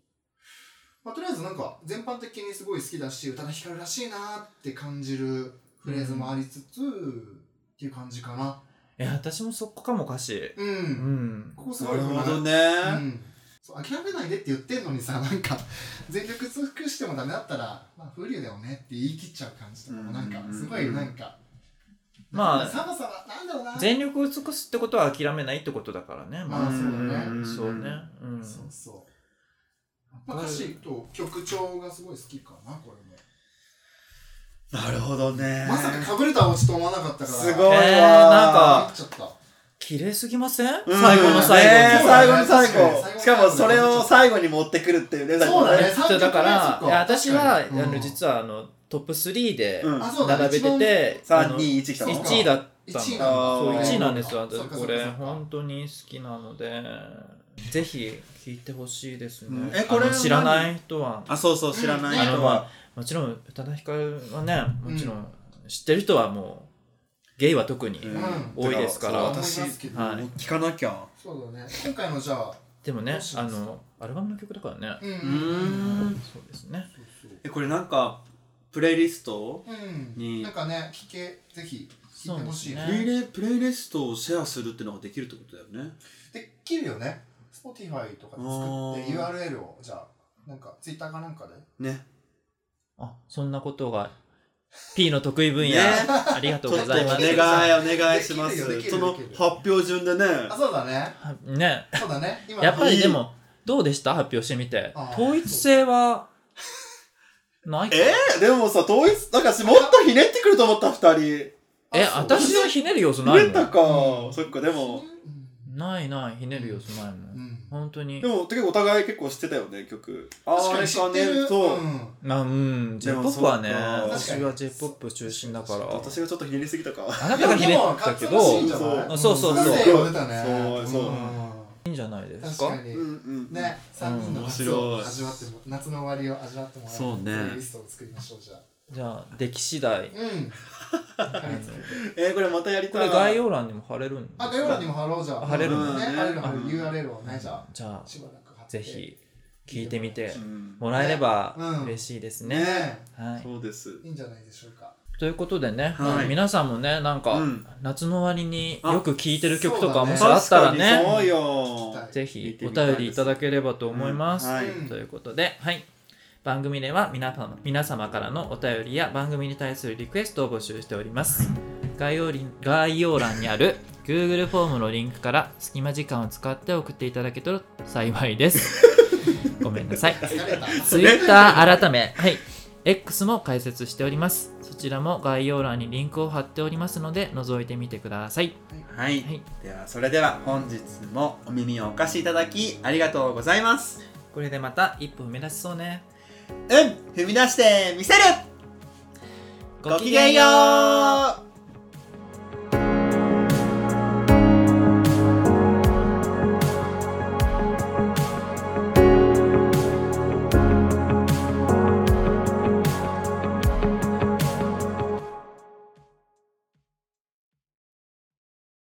Speaker 3: まあ、とりあえずなんか全般的にすごい好きだし宇多田ヒカルらしいなーって感じるフレーズもありつつ、っていう感じかな
Speaker 2: え私もそこかも歌詞
Speaker 3: うん、
Speaker 2: うん
Speaker 3: ここす
Speaker 1: な
Speaker 3: ごい
Speaker 1: る
Speaker 3: よ
Speaker 1: ほど
Speaker 3: う
Speaker 1: ね
Speaker 3: んそう諦めないでって言ってんのにさなんか全力尽くしてもダメだったら、まあ、風流だよねって言い切っちゃう感じとかもなんか
Speaker 1: うん
Speaker 3: すごいなんか、
Speaker 2: まあ
Speaker 3: さまさまなんだろうな
Speaker 2: 全力を尽くすってことは諦めないってことだからねま
Speaker 3: まあ
Speaker 2: あ
Speaker 3: そうだ
Speaker 1: うん
Speaker 3: ね
Speaker 2: そうねうん
Speaker 3: そうそう、まあ、歌詞と曲調がすごい好きかなこれも
Speaker 1: なるほどね
Speaker 3: まさかかぶれた落ちと思わなかったから
Speaker 1: すごい
Speaker 3: びっ
Speaker 1: わー
Speaker 2: えーなんか
Speaker 3: ちゃった
Speaker 2: 綺麗すぎません
Speaker 1: うん
Speaker 2: 最後の最
Speaker 1: ね
Speaker 2: 後
Speaker 1: え
Speaker 2: に
Speaker 1: 最後の最
Speaker 3: 最後の最
Speaker 1: 後
Speaker 3: 後
Speaker 1: しかもそれを最後に持ってくるっていうね
Speaker 3: そうだね
Speaker 2: ちょっとだからいや私はあ
Speaker 3: 確かに
Speaker 2: の実はあのトップ3で
Speaker 1: うん
Speaker 3: あそうだね
Speaker 2: 並べててあの
Speaker 1: 321来たの
Speaker 3: 一
Speaker 2: 1位だったの
Speaker 3: 1位
Speaker 1: だ
Speaker 2: そう
Speaker 1: あー
Speaker 2: 1位なんですよ私
Speaker 3: そっかそ
Speaker 2: こ
Speaker 3: っかそっ
Speaker 2: れ
Speaker 3: か
Speaker 2: 本当に好きなのでぜひ聴いてほしいですね
Speaker 1: うんえこれ
Speaker 2: あの知らない人は
Speaker 1: あそうそう知らない
Speaker 2: あの
Speaker 1: 人
Speaker 2: ま
Speaker 1: は
Speaker 2: あもちろん宇多田ヒカルはねもちろん知ってる人はもうゲイは特に、
Speaker 1: うん
Speaker 2: 多いですから
Speaker 1: 私
Speaker 3: 思いますけど
Speaker 2: はい
Speaker 1: もう聞かなきゃ
Speaker 3: そうだね今回のじゃあ
Speaker 2: でもね
Speaker 3: そうそ
Speaker 2: あ
Speaker 3: うそう
Speaker 2: のアルバムの曲だからね、
Speaker 3: うんう
Speaker 1: うんん
Speaker 2: そうですね
Speaker 3: そうそう
Speaker 1: えこれなんかプレイリスト
Speaker 3: うん、
Speaker 1: に
Speaker 3: なんかね、聞け、ぜひ聞いてほしい
Speaker 2: そう
Speaker 1: プ
Speaker 2: ですね
Speaker 3: ね。
Speaker 1: レイレプレイリストをシェアするってのができるってことだよね
Speaker 3: できるよね。Spotify とかで
Speaker 1: あ
Speaker 3: 作って URL を、じゃあ、なんか Twitter かなんかで。
Speaker 1: ね
Speaker 2: あそんなことが P の得意分野、
Speaker 1: ね
Speaker 2: ありがと
Speaker 1: ちょっ
Speaker 2: う
Speaker 1: と
Speaker 2: ご
Speaker 1: お
Speaker 2: ざいます
Speaker 1: 願いお願いしま
Speaker 3: できるよでき
Speaker 1: す
Speaker 3: る
Speaker 1: その
Speaker 3: できる
Speaker 1: 発表順でね
Speaker 3: あ、そうだね。
Speaker 2: はね
Speaker 3: そうだね。今
Speaker 2: やっぱり
Speaker 1: いい
Speaker 2: でもどうでした発表してみて
Speaker 3: あー
Speaker 2: 統一性はないか
Speaker 1: えーでもさ統一なんかしもっとひねってくると思った二人
Speaker 2: え
Speaker 3: あそう
Speaker 2: 私はひねる要素
Speaker 1: ひ
Speaker 2: な
Speaker 1: ね
Speaker 2: い
Speaker 1: っ
Speaker 2: も
Speaker 1: た
Speaker 2: ん
Speaker 1: かそっかでも
Speaker 2: ないないひねる要素ないも
Speaker 3: うんん。
Speaker 2: 本当に
Speaker 1: でも結構お互い結構知ってたよね曲あ
Speaker 3: 確かに知ってる。
Speaker 1: そう、
Speaker 3: うん
Speaker 2: まあうん
Speaker 1: で
Speaker 2: j p
Speaker 1: も
Speaker 2: o p はね
Speaker 1: そうか
Speaker 2: 私
Speaker 3: 確か
Speaker 2: は
Speaker 3: に
Speaker 2: j p o p 中心だから
Speaker 1: 私がちょっとひねりすぎたか
Speaker 2: あなたがひねったけど
Speaker 3: いやでも勝つらしいん
Speaker 2: い
Speaker 3: じゃない
Speaker 2: そうそうそう
Speaker 3: 個性が出たね。
Speaker 1: そうそうん
Speaker 2: いんじゃないです
Speaker 3: 確
Speaker 2: か
Speaker 3: か
Speaker 1: う
Speaker 3: に
Speaker 1: ん。うん
Speaker 3: ね、三人の夏
Speaker 1: 面白
Speaker 3: を
Speaker 1: い
Speaker 3: 味わっても、夏の終わりを味わってもらえる
Speaker 1: そうね
Speaker 3: プレイリストを作りましょう、じゃあ。
Speaker 2: じゃあ出来次第
Speaker 3: うん。貼り付けて
Speaker 1: えー、これまたやり
Speaker 2: こ
Speaker 1: たい
Speaker 2: れ概要欄にも貼れるんです
Speaker 3: あ、概要欄にも貼ろうじゃあ。
Speaker 2: 貼れる
Speaker 1: のね
Speaker 3: ね。貼れる貼れ
Speaker 1: うん
Speaker 3: る URL をね、じゃあ。
Speaker 2: じゃあ
Speaker 3: しばらく貼って
Speaker 2: ぜひ聞いてみて
Speaker 1: うん
Speaker 2: もらえれば
Speaker 3: ねうん
Speaker 2: 嬉しいですね、
Speaker 3: ね
Speaker 2: はい、
Speaker 1: そうです
Speaker 3: いいんじゃないでしょうか
Speaker 2: ということでね、
Speaker 1: はい
Speaker 2: 皆さんもねなんか
Speaker 1: うん
Speaker 2: 夏の終わりによく聴いてる曲と
Speaker 3: あ
Speaker 2: か
Speaker 3: そうだ
Speaker 2: もしあ
Speaker 3: ね
Speaker 2: ったら
Speaker 1: 確かに
Speaker 2: ね
Speaker 1: そうよ
Speaker 3: はい
Speaker 2: ぜひ
Speaker 1: 聞い
Speaker 2: お
Speaker 1: てみたいです
Speaker 2: 便りいただければと思います、
Speaker 1: うんはい
Speaker 2: ということで、はい、番組では皆様皆様からのお便りや番組に対するリクエストを募集しております概要り概要欄にある Google フォームのリンクから隙間時間を使って送っていただけたら幸いですごめんなさい。
Speaker 3: 疲れた。
Speaker 2: ツイッター改め、はい、X も開設しております。そちらも概要欄にリンクを貼っておりますので、覗いてみてください。
Speaker 1: はい、
Speaker 2: はい、
Speaker 1: ではそれでは本日もお耳をお貸しいただきありがとうございます
Speaker 2: これでまた一歩踏み出しそうね。
Speaker 1: うん踏み出してみせるごきげんよう